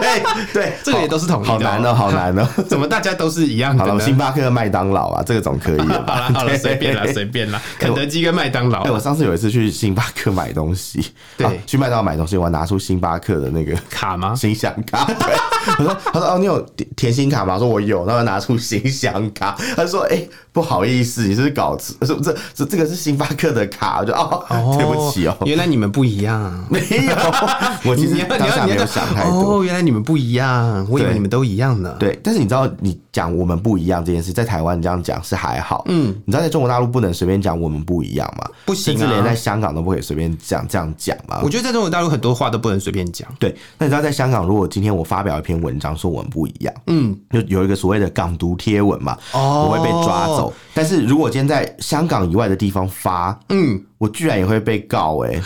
[SPEAKER 1] 哎 [laughs] 对对，
[SPEAKER 2] 这个也都是统一的
[SPEAKER 1] 好
[SPEAKER 2] 哦
[SPEAKER 1] 难哦，好难
[SPEAKER 2] [laughs]
[SPEAKER 1] 哦。
[SPEAKER 2] [laughs] 怎么大家都是一样的
[SPEAKER 1] 好了，
[SPEAKER 2] 呢？
[SPEAKER 1] 星巴克、麦当劳啊，这个总可以了
[SPEAKER 2] [laughs] 好
[SPEAKER 1] 吧？
[SPEAKER 2] 了好了，
[SPEAKER 1] 对
[SPEAKER 2] 随便啦随便啦，肯德基跟麦当劳
[SPEAKER 1] 哎、我上次有一次去星巴克买东西，
[SPEAKER 2] [laughs] 对啊
[SPEAKER 1] 啊去麦当劳买东西，我还拿出星巴克的那个
[SPEAKER 2] 卡吗？
[SPEAKER 1] 星象卡，对，我说，他说哦，你有甜甜心卡吗？我说我有，然后拿出星象卡，他说，哎、不好意思，你是不是搞错，是不是这这这个是星巴克的卡，我就哦， [laughs] 对不起哦，
[SPEAKER 2] 原来你们不一样。
[SPEAKER 1] 没有， [laughs] 我其实当下没有想太多。
[SPEAKER 2] 哦，原来你们不一样，我以为
[SPEAKER 1] 对
[SPEAKER 2] 你们都一样啊呢。
[SPEAKER 1] 对，但是你知道，你讲我们不一样这件事，在台湾你这样讲是还好，嗯，你知道在中国大陆不能随便讲我们不一样嘛，
[SPEAKER 2] 不行啊
[SPEAKER 1] 甚至连在香港都不可以随便讲这样讲嘛
[SPEAKER 2] 我。觉得在中国大陆很多话都不能随便讲。
[SPEAKER 1] 对，那你知道在香港，如果今天我发表一篇文章说我们不一样，嗯，就有一个所谓的港独贴文嘛，
[SPEAKER 2] 哦
[SPEAKER 1] 我会被抓走。但是如果今天在香港以外的地方发，
[SPEAKER 2] 嗯，
[SPEAKER 1] 我居然也会被告、欸，哎、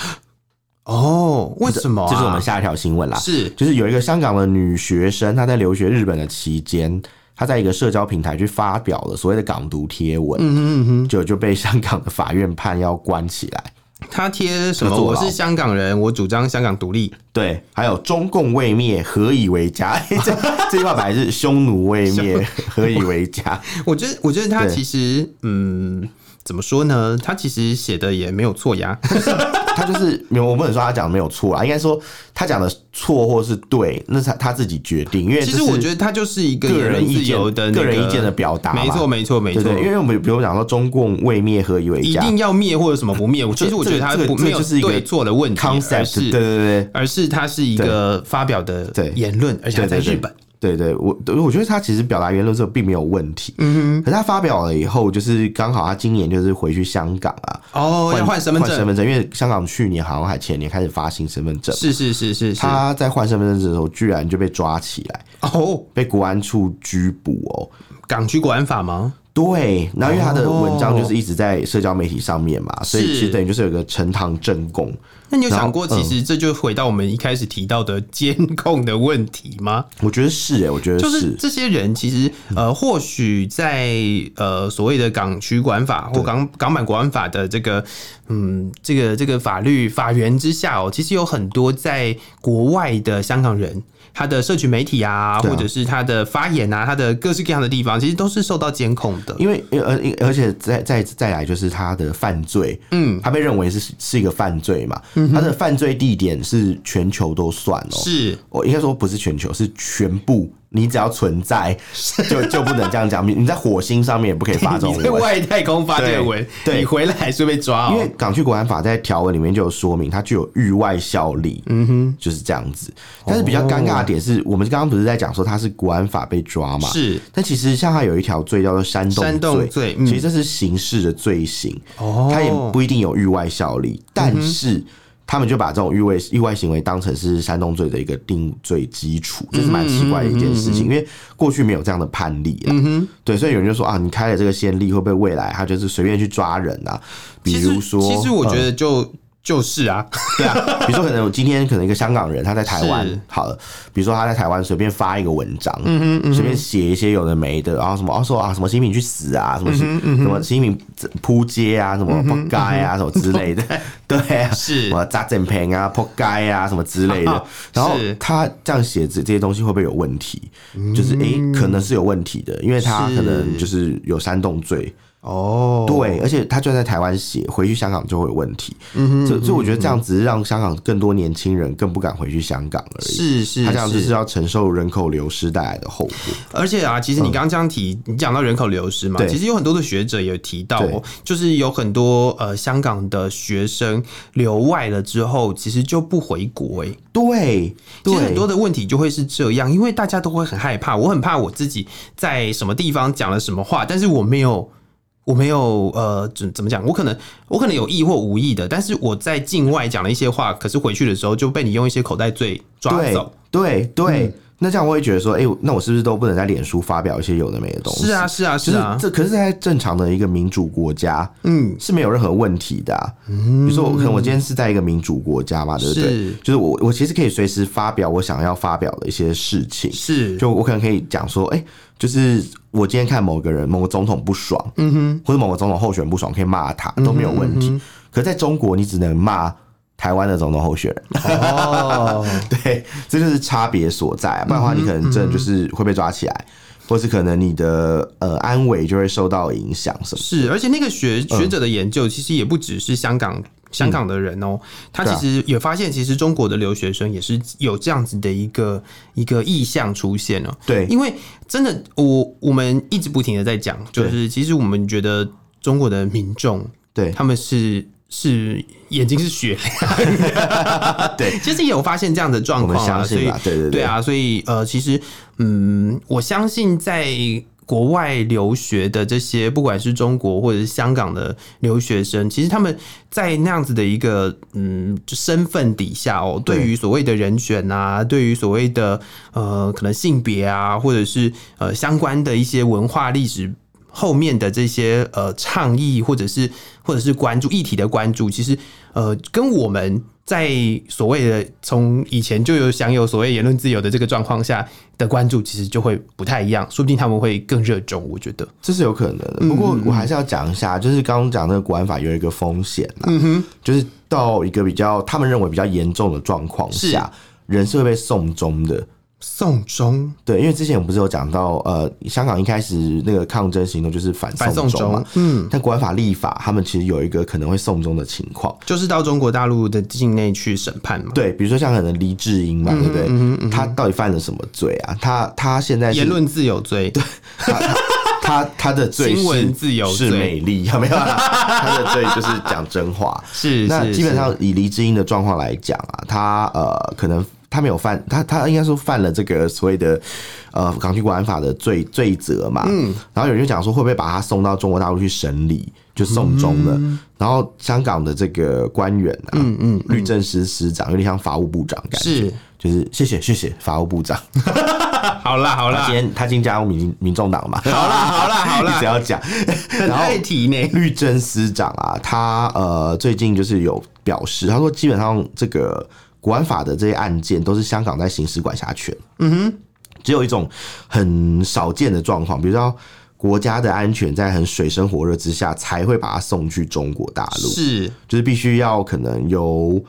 [SPEAKER 2] 哦，为什么啊？
[SPEAKER 1] 这是我们下一条新闻啦。
[SPEAKER 2] 是
[SPEAKER 1] 就是有一个香港的女学生，她在留学日本的期间，她在一个社交平台去发表了所谓的港独贴文，嗯嗯嗯，就就被香港的法院判要关起来。
[SPEAKER 2] 他贴什
[SPEAKER 1] 这
[SPEAKER 2] 么？
[SPEAKER 1] 个坐
[SPEAKER 2] 我
[SPEAKER 1] 牢
[SPEAKER 2] 是香港人，我主张香港独立。
[SPEAKER 1] 对，还有中共未灭，何以为家？ [laughs] 这这句话本来是匈奴未灭，何以为家？
[SPEAKER 2] 我觉得，我觉得他
[SPEAKER 1] 对
[SPEAKER 2] 其实，嗯，怎么说呢？他其实写的也没有错呀。
[SPEAKER 1] 他就是没有，我不能说他讲的没有错啊，应该说他讲的错或是对，那是他他自己决定。因为
[SPEAKER 2] 其实我觉
[SPEAKER 1] 得
[SPEAKER 2] 得他就是一个
[SPEAKER 1] 个人
[SPEAKER 2] 言论
[SPEAKER 1] 意
[SPEAKER 2] 自
[SPEAKER 1] 见
[SPEAKER 2] 由的那
[SPEAKER 1] 个人意见的表达嘛
[SPEAKER 2] 没错，没错，没
[SPEAKER 1] 对
[SPEAKER 2] 错。
[SPEAKER 1] 对，因为我们比如讲说中共未灭，何以为
[SPEAKER 2] 一
[SPEAKER 1] 家
[SPEAKER 2] 定要灭或者什么不灭，我其实我觉得他
[SPEAKER 1] 这个
[SPEAKER 2] 不
[SPEAKER 1] 这个
[SPEAKER 2] 没有
[SPEAKER 1] 就是一个
[SPEAKER 2] 对错的问题，而
[SPEAKER 1] ？concept，对对
[SPEAKER 2] 是
[SPEAKER 1] 对
[SPEAKER 2] 而是他是一个发表的
[SPEAKER 1] 对
[SPEAKER 2] 言论，而且还在
[SPEAKER 1] 对对
[SPEAKER 2] 日本。
[SPEAKER 1] 对对，我我觉得他其实表达言论时候并没有问题，嗯哼，可是他发表了以后，就是刚好他今年就是回去香港啊，
[SPEAKER 2] 哦，要换身份
[SPEAKER 1] 换身
[SPEAKER 2] 证，
[SPEAKER 1] 份证，因为香港去年好像还前年开始发行身份证，
[SPEAKER 2] 是是是是是。
[SPEAKER 1] 他在换身份证的时候，居然就被抓起来，
[SPEAKER 2] 哦，
[SPEAKER 1] 被国安处拘捕哦，
[SPEAKER 2] 港区国安法吗？
[SPEAKER 1] 对，然后因为他的文章就是一直在社交媒体上面嘛，所以
[SPEAKER 2] 哦是
[SPEAKER 1] 其实等于就是有一个呈堂证供，
[SPEAKER 2] 那你有想过，
[SPEAKER 1] 然后
[SPEAKER 2] 其
[SPEAKER 1] 嗯
[SPEAKER 2] 实这就回到我们一开始提到的监控的问题吗？
[SPEAKER 1] 我觉得是欸诶、我觉得
[SPEAKER 2] 就是是这些人其实
[SPEAKER 1] 嗯
[SPEAKER 2] 呃，或许在呃所谓的港区管法或港港版国安法的这个嗯这个这个法律法源之下哦，其实有很多在国外的香港人。他的社群媒体啊，
[SPEAKER 1] 对啊
[SPEAKER 2] 或者是他的发言啊，他的各式各样的地方，其实都是受到监控的。
[SPEAKER 1] 因为而而而且再再再来就是他的犯罪，嗯，他被认为是是一个犯罪嘛，他的犯罪地点是全球都算哦、
[SPEAKER 2] 嗯是
[SPEAKER 1] 我应该说不是全球，是全部。你只要存在，就就不能这样讲。你你在火星上面也不可以发这种
[SPEAKER 2] [laughs] 你在
[SPEAKER 1] 文，
[SPEAKER 2] 外太空发这个文，
[SPEAKER 1] 对对
[SPEAKER 2] 你回来还是被抓
[SPEAKER 1] 因
[SPEAKER 2] 哦
[SPEAKER 1] 为。《港区国安法》在条文里面就有说明，它具有域外效力，嗯哼，就是这样子。但是比较尴尬的点是，我们刚刚不是在讲说它是国安法被抓嘛？。
[SPEAKER 2] 是
[SPEAKER 1] 但其实像它有一条罪叫做煽动罪，
[SPEAKER 2] 煽动罪嗯
[SPEAKER 1] 其实这是刑事的罪行，
[SPEAKER 2] 哦
[SPEAKER 1] 它也不一定有域外效力，但是。他们就把这种域外域外行为当成是煽动罪的一个定罪基础，这是蛮奇怪的一件事情，因嗯为过去没有这样的判例啦。对，所以有人就说啊，你开了这个先例，会不会未来他就是随便去抓人啊？
[SPEAKER 2] 其
[SPEAKER 1] 比
[SPEAKER 2] 实
[SPEAKER 1] 如说，
[SPEAKER 2] 其实我觉
[SPEAKER 1] 嗯
[SPEAKER 2] 得就、就是啊，
[SPEAKER 1] 对啊，比如说可能我今天可能一个香港人他在台湾
[SPEAKER 2] 是嗯
[SPEAKER 1] 好了，比如说他在台湾随便发一个文章，随便写一些有的没的，然后什么哦说啊什么习近平去死啊，
[SPEAKER 2] 嗯
[SPEAKER 1] 什么什么习近平扑街啊，什么扑街
[SPEAKER 2] 嗯
[SPEAKER 1] 啊，什么之类的， [laughs] 对啊，什
[SPEAKER 2] 是，
[SPEAKER 1] [laughs] 么扎正平啊扑街啊什么之类的然后
[SPEAKER 2] [laughs] 是
[SPEAKER 1] 他这样写这这些东西会不会有问题？就是诶可能是有问题的，因为他
[SPEAKER 2] 是
[SPEAKER 1] 可能就是有煽动罪。
[SPEAKER 2] 哦，
[SPEAKER 1] 对，而且他就在台湾写，回去香港就会有问题。嗯所以所以我觉得这样只是让香港更多年轻人更不敢回去香港而已。
[SPEAKER 2] 是是，
[SPEAKER 1] 他这样就是要承受人口流失带来的后果。
[SPEAKER 2] 而且啊，其实你刚刚这样提，你讲到人口流失嘛，
[SPEAKER 1] 嗯对
[SPEAKER 2] 其实有很多的学者也提到、哦
[SPEAKER 1] 对，
[SPEAKER 2] 就是有很多呃香港的学生留外了之后，其实就不回国、欸，
[SPEAKER 1] 对，
[SPEAKER 2] 其
[SPEAKER 1] 对，
[SPEAKER 2] 实很多的问题就会是这样，因为大家都会很害怕，我很怕我自己在什么地方讲了什么话，但是我没有。我没有呃，怎怎么讲？我可能我可能有意或无意的，但是我在境外讲了一些话，可是回去的时候就被你用一些口袋罪抓
[SPEAKER 1] 对
[SPEAKER 2] 走。
[SPEAKER 1] 对对那这样我会觉得说，哎、那我是不是都不能在脸书发表一些有的没的东西？
[SPEAKER 2] 是啊，是啊，
[SPEAKER 1] 就是是
[SPEAKER 2] 啊，
[SPEAKER 1] 这可是在正常的一个民主国家，
[SPEAKER 2] 嗯，
[SPEAKER 1] 是没有任何问题的、啊。比如说，我可能我今天是在一个民主国家嘛，对不对
[SPEAKER 2] 是？
[SPEAKER 1] 就是我我其实可以随时发表我想要发表的一些事情，
[SPEAKER 2] 是
[SPEAKER 1] 就我可能可以讲说，哎、就是我今天看某个人某个总统不爽，嗯哼，或者某个总统候选人不爽，可以骂他
[SPEAKER 2] 嗯
[SPEAKER 1] 都没有问题。可在中国，你只能骂台湾的总统候选
[SPEAKER 2] [laughs]
[SPEAKER 1] 人，
[SPEAKER 2] 哦，
[SPEAKER 1] 对，这就是差别所在、啊。不然的话，你可能真的就是会被抓起来，
[SPEAKER 2] 嗯
[SPEAKER 1] 或是可能你的呃安危就会受到影响什么。
[SPEAKER 2] 是，而且那个学
[SPEAKER 1] 嗯
[SPEAKER 2] 学者的研究其实也不只是香港。香港的人哦、他
[SPEAKER 1] 对啊
[SPEAKER 2] 其实也发现，其实中国的留学生也是有这样子的一个一个意向出现哦、
[SPEAKER 1] 对，
[SPEAKER 2] 因为真的，我我们一直不停的在讲，就
[SPEAKER 1] 对
[SPEAKER 2] 是其实我们觉得中国的民众
[SPEAKER 1] 对，
[SPEAKER 2] 他们是是眼睛是雪亮
[SPEAKER 1] [laughs]
[SPEAKER 2] 的，
[SPEAKER 1] 对，
[SPEAKER 2] [laughs] 其实也有发现这样的状
[SPEAKER 1] 我们
[SPEAKER 2] 况啊，
[SPEAKER 1] 相
[SPEAKER 2] 所
[SPEAKER 1] 信
[SPEAKER 2] 以
[SPEAKER 1] 吧，对对
[SPEAKER 2] 对啊，所以呃，其实嗯，我相信在国外留学的这些，不管是中国或者是香港的留学生，其实他们在那样子的一个嗯就身份底下哦，
[SPEAKER 1] 对
[SPEAKER 2] 对于所谓的人选啊，对于所谓的呃可能性别啊，或者是呃相关的一些文化历史。后面的这些呃倡议，或者是或者是关注议题的关注，其实呃，跟我们在所谓的从以前就有享有所谓言论自由的这个状况下的关注，其实就会不太一样，说不定他们会更热衷。我觉得
[SPEAKER 1] 这是有可能的。
[SPEAKER 2] 嗯
[SPEAKER 1] 不过我还是要讲一下，就是刚刚讲那个国安法有一个风险啦，
[SPEAKER 2] 嗯
[SPEAKER 1] 就是到一个比较他们认为比较严重的状况下，人是会被送终的。
[SPEAKER 2] 送终
[SPEAKER 1] 对，因为之前我们不是有讲到，呃，香港一开始那个抗争行动就是反
[SPEAKER 2] 反送
[SPEAKER 1] 送中嘛
[SPEAKER 2] 中，，嗯，
[SPEAKER 1] 但国安法立法，他们其实有一个可能会送终的情况。
[SPEAKER 2] 就是到中国大陆的境内去审判嘛，
[SPEAKER 1] 对，比如说像可能黎智英
[SPEAKER 2] 嗯
[SPEAKER 1] 嘛，对不对？他到底犯了什么罪啊？他他现在是
[SPEAKER 2] 言论自由罪，
[SPEAKER 1] 他他他他的罪
[SPEAKER 2] 新
[SPEAKER 1] 是
[SPEAKER 2] 闻自由
[SPEAKER 1] 是美
[SPEAKER 2] 罪，
[SPEAKER 1] 丽，有没有啊？他的罪就是讲真话。
[SPEAKER 2] 是
[SPEAKER 1] 那
[SPEAKER 2] 是
[SPEAKER 1] 基本上以黎智英的状况来讲啊，他呃可能他没有犯，他他应该说犯了这个所谓的呃港区国安法的罪罪责嘛。嗯，然后有人就讲说会不会把他送到中国大陆去审理，就送终了。
[SPEAKER 2] 嗯
[SPEAKER 1] 然后香港的这个官员啊，嗯嗯，律政司司长有点像法务部长感觉，
[SPEAKER 2] 是
[SPEAKER 1] 就是谢谢谢谢法务部长，
[SPEAKER 2] 啊好啦好
[SPEAKER 1] 他
[SPEAKER 2] 啦
[SPEAKER 1] 今天他今天加入民民众党嘛，
[SPEAKER 2] 好啦好啦
[SPEAKER 1] [laughs]
[SPEAKER 2] 好
[SPEAKER 1] 一直
[SPEAKER 2] 啦，
[SPEAKER 1] 要讲，
[SPEAKER 2] 很
[SPEAKER 1] 然后
[SPEAKER 2] 爱提呢，
[SPEAKER 1] 律政司长啊，他呃最近就是有表示，他说基本上这个国安法的这些案件都是香港在行使管辖权。嗯哼，只有一种很少见的状况，比如说国家的安全在很水深火热之下，才会把它送去中国大陆，
[SPEAKER 2] 是
[SPEAKER 1] 就是必须要可能由。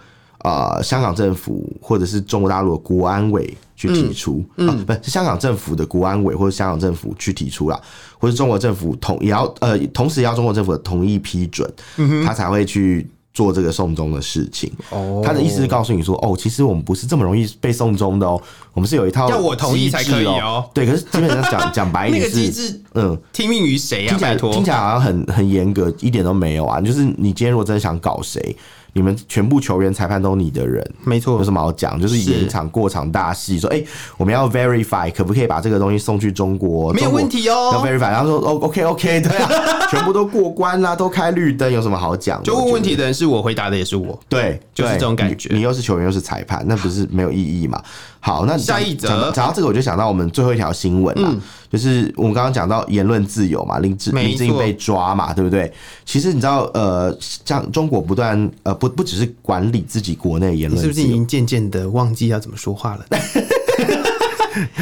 [SPEAKER 1] 呃，香港政府或者是中国大陆的国安委去提出，
[SPEAKER 2] 嗯
[SPEAKER 1] 啊，不是香港政府的国安委或者香港政府去提出啦，或是中国政府同也要呃，同时也要中国政府的同意批准，
[SPEAKER 2] 嗯
[SPEAKER 1] 他才会去做这个送终的事情。
[SPEAKER 2] 哦
[SPEAKER 1] 他的意思是告诉你说，哦，其实我们不是这么容易被送终的哦，我们是有一套
[SPEAKER 2] 要我同意才可
[SPEAKER 1] 机
[SPEAKER 2] 以
[SPEAKER 1] 制
[SPEAKER 2] 哦
[SPEAKER 1] 对，可是基本上讲讲白一
[SPEAKER 2] 那个
[SPEAKER 1] 点
[SPEAKER 2] 机
[SPEAKER 1] 是，
[SPEAKER 2] 制
[SPEAKER 1] 嗯，
[SPEAKER 2] 听命于谁啊？
[SPEAKER 1] 听起来
[SPEAKER 2] 拜托
[SPEAKER 1] 听，起来好像很很严格，一点都没有啊。就是你今天如果真的想搞谁，你们全部球员、裁判都你的人，
[SPEAKER 2] 没错
[SPEAKER 1] 有，什么好讲？就是
[SPEAKER 2] 是
[SPEAKER 1] 演一场过场大戏，说哎、我们要 verify 可不可以把这个东西送去中国？
[SPEAKER 2] 没有
[SPEAKER 1] 中国
[SPEAKER 2] 问题哦
[SPEAKER 1] 要 verify，然后说哦 OK OK，对啊，全部都过关啦，都开绿灯，有什么好讲的？
[SPEAKER 2] 就问
[SPEAKER 1] 我
[SPEAKER 2] 问
[SPEAKER 1] 觉得。
[SPEAKER 2] 题的人是我，回答的也是我。
[SPEAKER 1] 对，
[SPEAKER 2] 就是
[SPEAKER 1] 对
[SPEAKER 2] 这种感觉
[SPEAKER 1] 你。你又是球员又是裁判，那不是没有意义嘛？好，那
[SPEAKER 2] 下
[SPEAKER 1] 讲
[SPEAKER 2] 一则嗯
[SPEAKER 1] 讲到讲到这个，我就想到我们最后一条新闻啦，就是我们刚刚讲到言论自由嘛，林志
[SPEAKER 2] 没
[SPEAKER 1] 林
[SPEAKER 2] 错
[SPEAKER 1] 志颖被抓嘛，对不对？其实你知道，呃，像中国不断呃不不只是管理自己国内的言
[SPEAKER 2] 你
[SPEAKER 1] 论
[SPEAKER 2] 是不
[SPEAKER 1] 自
[SPEAKER 2] 是已
[SPEAKER 1] 由
[SPEAKER 2] 经渐渐的忘记要怎么说
[SPEAKER 1] [laughs]
[SPEAKER 2] 话了？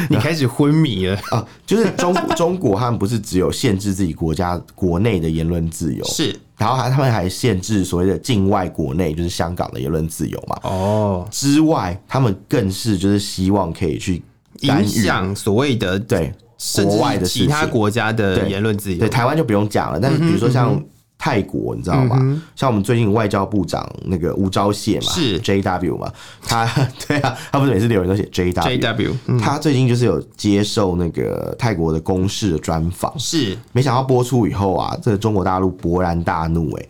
[SPEAKER 2] 你开始昏迷了，
[SPEAKER 1] 啊、就是中中国 [laughs] 他们不是只有限制自己国家国内的言论自由，
[SPEAKER 2] 是
[SPEAKER 1] 然后还他们还限制所谓的境外国内，就是香港的言论自由嘛。
[SPEAKER 2] 哦，
[SPEAKER 1] 之外，他们更是就是希望可以去干
[SPEAKER 2] 影
[SPEAKER 1] 预
[SPEAKER 2] 响所谓的，
[SPEAKER 1] 对
[SPEAKER 2] 甚
[SPEAKER 1] 国外
[SPEAKER 2] 至
[SPEAKER 1] 的
[SPEAKER 2] 是
[SPEAKER 1] 事情
[SPEAKER 2] 其他国家的
[SPEAKER 1] 对
[SPEAKER 2] 言论自由
[SPEAKER 1] 对，台湾就不用讲了。但是比如
[SPEAKER 2] 嗯
[SPEAKER 1] 说像泰国，你知道吗？像我们最近外交部长那个吴钊燮嘛，
[SPEAKER 2] 是
[SPEAKER 1] JW 嘛，他对啊，他不是每次留言都写 JW，,
[SPEAKER 2] JW
[SPEAKER 1] 他最近就是有接受那个泰国的公视的专访，
[SPEAKER 2] 是
[SPEAKER 1] 没想到播出以后啊，这个中国大陆勃然大怒、欸，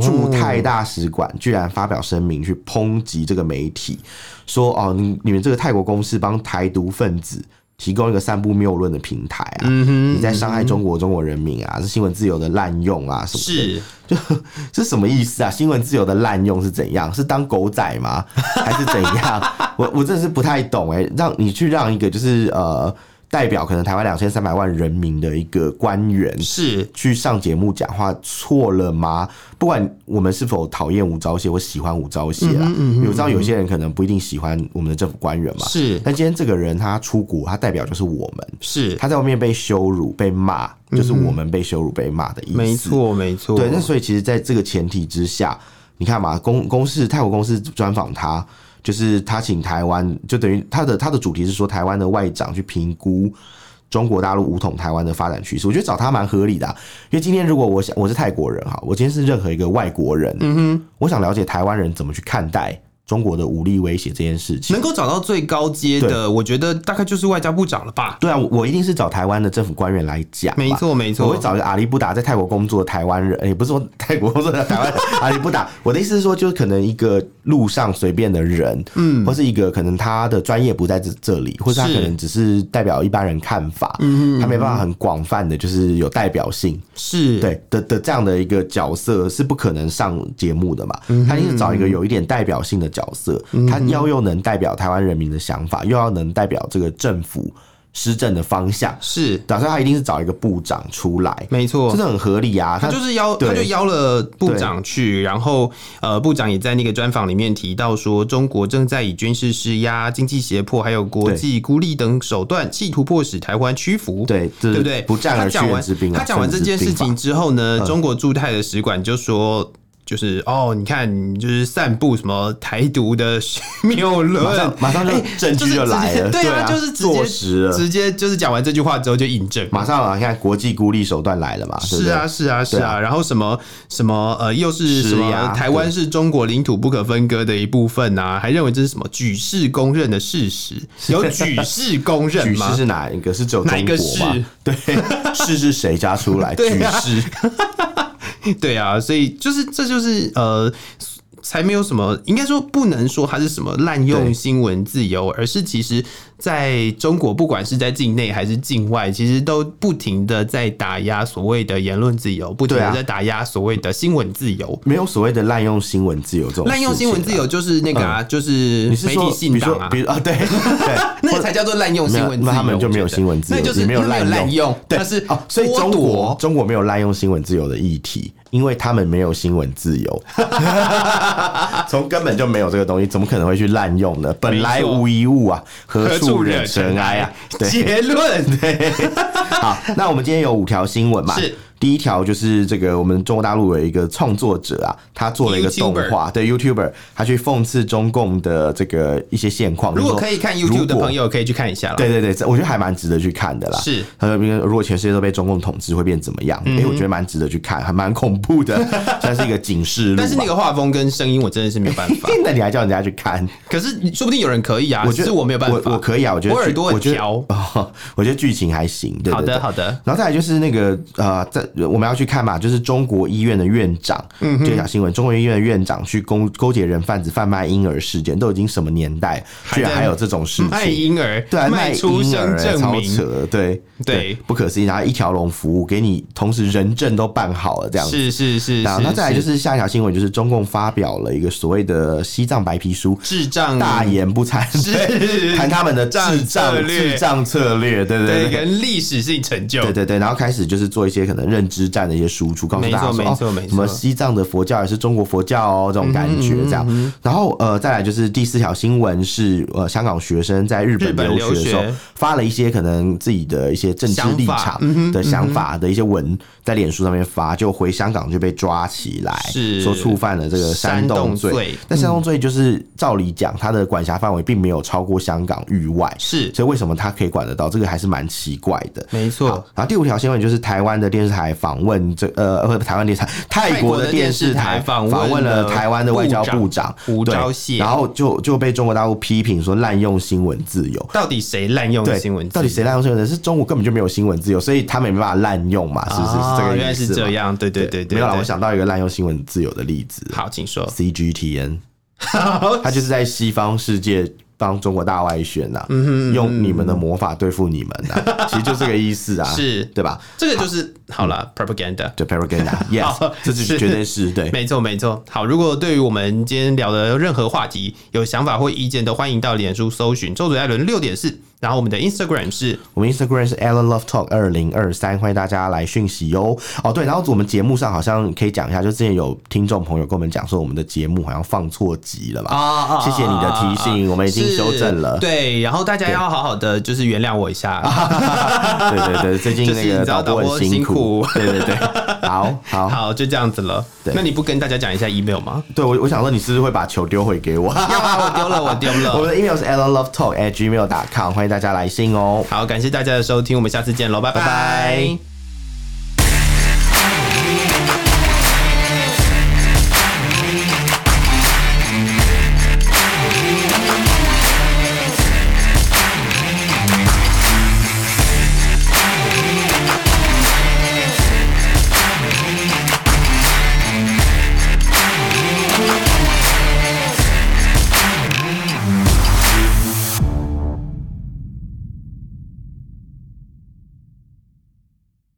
[SPEAKER 1] 驻泰大使馆居然发表声明去抨击这个媒体，说哦，你你们这个泰国公司帮台独分子提供一个散布谬论的平台啊，
[SPEAKER 2] 嗯
[SPEAKER 1] 你在伤害中国中国人民啊，是新闻自由的滥用啊，什么的
[SPEAKER 2] 是
[SPEAKER 1] 这什么意思啊？新闻自由的滥用是怎样？是当狗仔吗？还是怎样？我我真的是不太懂哎、让你去让一个就是呃代表可能台湾两千三百万人民的一个官员
[SPEAKER 2] 是，
[SPEAKER 1] 去上节目讲话错了吗？不管我们是否讨厌吴钊燮或喜欢吴钊
[SPEAKER 2] 嗯
[SPEAKER 1] 燮啦，我知道有些人可能不一定喜欢我们的政府官员嘛。
[SPEAKER 2] 是
[SPEAKER 1] 但今天这个人他出国，他代表就是我们，
[SPEAKER 2] 是，
[SPEAKER 1] 他在外面被羞辱、被骂，就是我们被羞辱、被骂的意思。
[SPEAKER 2] 嗯没错没错，
[SPEAKER 1] 对，那所以其实在这个前提之下，你看嘛，公公视泰国公司专访他，就是他请台湾，就等于他的他的主题是说台湾的外长去评估。中国大陆武统台湾的发展趋势，我觉得找他蛮合理的啊、因为今天如果我想我是泰国人哈，我今天是任何一个外国人，嗯哼，我想了解台湾人怎么去看待中国的武力威胁这件事情
[SPEAKER 2] 能。够找到最高阶的，我觉得大概就是外交部长了吧。
[SPEAKER 1] 对啊，我我一定是找台湾的政府官员来讲嘛，
[SPEAKER 2] 没错没
[SPEAKER 1] 我
[SPEAKER 2] 错
[SPEAKER 1] 会，找一个阿里不达在泰国工作的台湾人，也、不是说泰国工作的台湾人阿里不达。我的意思是说，就是可能一个路上随便的人，嗯，或是一个可能他的专业不在这这里，或是他
[SPEAKER 2] 是
[SPEAKER 1] 可能只是代表一般人看法，嗯他没办法很广泛的，就是有代表性，
[SPEAKER 2] 是，
[SPEAKER 1] 对的的这样的一个角色是不可能上节目的嘛。他一定是找一个有一点代表性的角色，他要又能代表台湾人民的想法，又要能代表这个政府施政的方向。
[SPEAKER 2] 是
[SPEAKER 1] 打算他一定是找一个部长出来，
[SPEAKER 2] 没错
[SPEAKER 1] 真。的很合理啊。
[SPEAKER 2] 他
[SPEAKER 1] 他
[SPEAKER 2] 就是邀，
[SPEAKER 1] 对
[SPEAKER 2] 他就邀了部长去，然后呃，部长也在那个专访里面提到说，中国正在以军事施压、经济胁迫，还有国际孤立等手段，企图迫使台湾屈服。
[SPEAKER 1] 对对
[SPEAKER 2] 对不对？
[SPEAKER 1] 不战
[SPEAKER 2] 他
[SPEAKER 1] 而屈
[SPEAKER 2] 讲
[SPEAKER 1] 人
[SPEAKER 2] 完
[SPEAKER 1] 之兵啊。
[SPEAKER 2] 他讲完这
[SPEAKER 1] 胜之
[SPEAKER 2] 件事
[SPEAKER 1] 兵法嗯
[SPEAKER 2] 情，之后呢，中国驻泰的使馆就说。就是哦，你看，你就是散布什么台独的 [laughs] 谬
[SPEAKER 1] 马
[SPEAKER 2] 论
[SPEAKER 1] 上，马上就证
[SPEAKER 2] 哎就是
[SPEAKER 1] 据就
[SPEAKER 2] 直
[SPEAKER 1] 来
[SPEAKER 2] 接
[SPEAKER 1] 了，
[SPEAKER 2] [laughs] 对啊，
[SPEAKER 1] 啊，
[SPEAKER 2] 就是直
[SPEAKER 1] 坐
[SPEAKER 2] 接
[SPEAKER 1] 实了。
[SPEAKER 2] 直接就是讲完这句话之后就引证，
[SPEAKER 1] 马上啊，你看国际孤立手段来了嘛，对不
[SPEAKER 2] 是
[SPEAKER 1] 对？
[SPEAKER 2] 啊，是啊，是
[SPEAKER 1] 对
[SPEAKER 2] 啊。然后什么什么呃，又是什
[SPEAKER 1] 是
[SPEAKER 2] 么
[SPEAKER 1] 呀
[SPEAKER 2] 台湾是中国领土不可分割的一部分啊，还认为这是什么举世公认的事实？有举世
[SPEAKER 1] [laughs]
[SPEAKER 2] 公认
[SPEAKER 1] 举
[SPEAKER 2] 吗
[SPEAKER 1] 世？是哪一个？是只有
[SPEAKER 2] 哪
[SPEAKER 1] 中
[SPEAKER 2] 一个
[SPEAKER 1] 国嘛
[SPEAKER 2] 是？
[SPEAKER 1] 对，
[SPEAKER 2] [laughs]
[SPEAKER 1] 世是谁家出来？
[SPEAKER 2] 对
[SPEAKER 1] 举
[SPEAKER 2] 啊
[SPEAKER 1] 世
[SPEAKER 2] [laughs] 对啊，所以就是这就是呃，才没有什么，应该说不能说它是什么滥用
[SPEAKER 1] 对
[SPEAKER 2] 新闻自由，而是其实在中国，不管是在境内还是境外，其实都不停的在打压所谓的言论自由，不停
[SPEAKER 1] 对
[SPEAKER 2] 的
[SPEAKER 1] 啊
[SPEAKER 2] 在打压所谓的新闻自由。
[SPEAKER 1] 没有所谓的滥用新闻自由这种
[SPEAKER 2] 滥用
[SPEAKER 1] 事
[SPEAKER 2] 新
[SPEAKER 1] 情
[SPEAKER 2] 闻
[SPEAKER 1] 啊
[SPEAKER 2] 自。由就是那个啊，就是
[SPEAKER 1] 你是
[SPEAKER 2] 媒体
[SPEAKER 1] 说，比
[SPEAKER 2] 信
[SPEAKER 1] 如
[SPEAKER 2] 党
[SPEAKER 1] 说，
[SPEAKER 2] 啊
[SPEAKER 1] 比，如啊，对对，
[SPEAKER 2] 那个才叫做滥哦用新闻
[SPEAKER 1] 没有
[SPEAKER 2] 自
[SPEAKER 1] 那
[SPEAKER 2] 由。
[SPEAKER 1] 他们就没有
[SPEAKER 2] 我觉得
[SPEAKER 1] 新闻自由
[SPEAKER 2] 那就是
[SPEAKER 1] 也没有
[SPEAKER 2] 那
[SPEAKER 1] 滥用
[SPEAKER 2] 滥用，
[SPEAKER 1] 对
[SPEAKER 2] 那是
[SPEAKER 1] 哦，所以中
[SPEAKER 2] 剥
[SPEAKER 1] 国
[SPEAKER 2] 夺
[SPEAKER 1] 中国没有滥用新闻自由的议题，因为他们没有新闻自由， [laughs] 从根本就没有这个东西，怎么可能会去滥用呢？本来无一物啊，何处惹尘埃啊？对，
[SPEAKER 2] 结论
[SPEAKER 1] 好，那我们今天有五条新闻嘛？
[SPEAKER 2] 是。
[SPEAKER 1] 第一条就是这个，我们中国大陆有一个创作者啊，他做了一个动画，对 YouTuber，他去讽刺中共的这个一些现况。
[SPEAKER 2] 如果可以看 YouTube
[SPEAKER 1] 如
[SPEAKER 2] 的
[SPEAKER 1] 果
[SPEAKER 2] 朋友，可以去看一下了。
[SPEAKER 1] 对对对，这我觉得还蛮值得去看的啦。
[SPEAKER 2] 是
[SPEAKER 1] 他说，如果全世界都被中共统治，会变怎么样？哎、我觉得蛮值得去看，还蛮恐怖的， [laughs] 算是一个警示录吧。啊
[SPEAKER 2] 但是那个画风跟声音，我真的是没有办
[SPEAKER 1] [laughs]
[SPEAKER 2] 法。
[SPEAKER 1] 那你还叫人家去看？
[SPEAKER 2] 可是说不定有人可以啊，
[SPEAKER 1] 我
[SPEAKER 2] 只
[SPEAKER 1] 觉
[SPEAKER 2] 是
[SPEAKER 1] 得
[SPEAKER 2] 我没有办法。
[SPEAKER 1] 我我可以啊，我觉得
[SPEAKER 2] 我耳朵很
[SPEAKER 1] 我觉得
[SPEAKER 2] 挑。
[SPEAKER 1] 哦， [laughs] 我觉得剧情还行。对对对
[SPEAKER 2] 好的，好的，
[SPEAKER 1] 然后再来就是那个呃，在我们要去看嘛，就是中国医院的院长，嗯，这条新闻，中国医院的院长去勾勾结人贩子贩卖婴儿事件，都已经什么年代，
[SPEAKER 2] 还
[SPEAKER 1] 居然嗯
[SPEAKER 2] 在
[SPEAKER 1] 还有这种事情？
[SPEAKER 2] 卖婴儿，
[SPEAKER 1] [laughs] 对啊，卖
[SPEAKER 2] 卖出
[SPEAKER 1] 婴儿
[SPEAKER 2] 生
[SPEAKER 1] 欸
[SPEAKER 2] 证
[SPEAKER 1] 超
[SPEAKER 2] 明，
[SPEAKER 1] 扯的，对
[SPEAKER 2] 对
[SPEAKER 1] 不可思议。然后一条龙服务，给你同时人证都办好了，这样子。
[SPEAKER 2] 是是是是。
[SPEAKER 1] 然后那再来就是是下一条新闻，就是中共发表了一个所谓的西藏白皮书，
[SPEAKER 2] 智障
[SPEAKER 1] 大言不惭，[laughs]
[SPEAKER 2] 是
[SPEAKER 1] 谈他们的智
[SPEAKER 2] 嗯策
[SPEAKER 1] 障
[SPEAKER 2] 略
[SPEAKER 1] 智障策略，对
[SPEAKER 2] 对
[SPEAKER 1] 对对。
[SPEAKER 2] 跟历史性成就
[SPEAKER 1] 对，对对，然后开始就是做一些可能认知战的一些输出，告诉
[SPEAKER 2] 没错
[SPEAKER 1] 大家说，
[SPEAKER 2] 没错
[SPEAKER 1] 哦
[SPEAKER 2] 没错
[SPEAKER 1] 什么西藏的佛教也是中国佛教哦，这种感觉这样。
[SPEAKER 2] 嗯
[SPEAKER 1] 然后呃，再来就是第四条新闻是呃，香港学生在日
[SPEAKER 2] 日
[SPEAKER 1] 本
[SPEAKER 2] 本
[SPEAKER 1] 留学的时候
[SPEAKER 2] 留学
[SPEAKER 1] 发了一些可能自己的一些政治
[SPEAKER 2] 想
[SPEAKER 1] 立
[SPEAKER 2] 法
[SPEAKER 1] 场
[SPEAKER 2] 嗯
[SPEAKER 1] 的想法的一些文，在脸书上面发，就回香港就被抓起来，
[SPEAKER 2] 是
[SPEAKER 1] 说触犯了这个煽
[SPEAKER 2] 煽动
[SPEAKER 1] 动罪。
[SPEAKER 2] 罪
[SPEAKER 1] 但煽动罪就是照理讲，它的管辖范围并没有超过香港域外，
[SPEAKER 2] 是
[SPEAKER 1] 所以为什么他可以管得到？这个还是蛮奇怪的。
[SPEAKER 2] 没
[SPEAKER 1] 好。，然后第五条新闻就是台湾的电视台访问这呃，不是台湾电视台，泰国的电视台
[SPEAKER 2] 访
[SPEAKER 1] 访问了台湾的外交部长
[SPEAKER 2] 吴
[SPEAKER 1] 对
[SPEAKER 2] 钊燮，
[SPEAKER 1] 然后就就被中国大陆批评说滥用新闻自由。
[SPEAKER 2] 到底谁滥用
[SPEAKER 1] 对，
[SPEAKER 2] 新闻自
[SPEAKER 1] 到
[SPEAKER 2] 由？
[SPEAKER 1] 底谁滥用新闻自由？是中国根本就没有新闻自由，所以他没办法滥用嘛，是不是？
[SPEAKER 2] 啊
[SPEAKER 1] 是这个
[SPEAKER 2] 原来
[SPEAKER 1] 意思
[SPEAKER 2] 是
[SPEAKER 1] 吗
[SPEAKER 2] 这。样，对对对对，
[SPEAKER 1] 没有啦，
[SPEAKER 2] 对
[SPEAKER 1] 我想到一个滥用新闻自由的例子 [laughs]
[SPEAKER 2] 好，请说。
[SPEAKER 1] ，CGTN，
[SPEAKER 2] 好
[SPEAKER 1] 它就是在西方世界帮中国大外宣呐、用你们的魔法对付你们呐、
[SPEAKER 2] 嗯
[SPEAKER 1] 其实就这个意思啊，
[SPEAKER 2] 是
[SPEAKER 1] 对吧？
[SPEAKER 2] 这个就是好了，propaganda。
[SPEAKER 1] 就 propaganda，yes，
[SPEAKER 2] 好
[SPEAKER 1] 这就是
[SPEAKER 2] 是
[SPEAKER 1] 绝对是嗯对。
[SPEAKER 2] 没错，没错。好，如果对于我们今天聊的任何话题有想法或意见，都欢迎到脸书搜寻“周嘴艾伦六点四”，然后我们的 Instagram 是
[SPEAKER 1] 我们 Instagram 是 Alan Love Talk 二零二三，欢迎大家来讯息哦。哦，对，然后我们节目上好像可以讲一下，就之前有听众朋友跟我们讲说，我们的节目好像放错集了吧？
[SPEAKER 2] 啊
[SPEAKER 1] 谢谢你的提醒，我们已经修正了。
[SPEAKER 2] 对，然后大家要好好的，就是原谅我一下。
[SPEAKER 1] 对对
[SPEAKER 2] [laughs]
[SPEAKER 1] 对，最近
[SPEAKER 2] 哦就是
[SPEAKER 1] 那
[SPEAKER 2] 你
[SPEAKER 1] 个
[SPEAKER 2] 知
[SPEAKER 1] 导
[SPEAKER 2] 道导
[SPEAKER 1] 播
[SPEAKER 2] 播
[SPEAKER 1] 很辛
[SPEAKER 2] 辛
[SPEAKER 1] 苦
[SPEAKER 2] 苦。
[SPEAKER 1] 对对对，好好
[SPEAKER 2] 好，就这样子了。那你不跟大家讲一下 email 吗？ [laughs]
[SPEAKER 1] 对我我想说，你是不是会把球丢回给我？
[SPEAKER 2] 要啊，我丢了，我丢
[SPEAKER 1] 我 [laughs]
[SPEAKER 2] 了。
[SPEAKER 1] 们的 email 是 alan love talk at gmail dot com，欢迎大家来信哦。
[SPEAKER 2] 好，感谢大家的收听，我们下次见喽，拜
[SPEAKER 1] 拜拜
[SPEAKER 2] 拜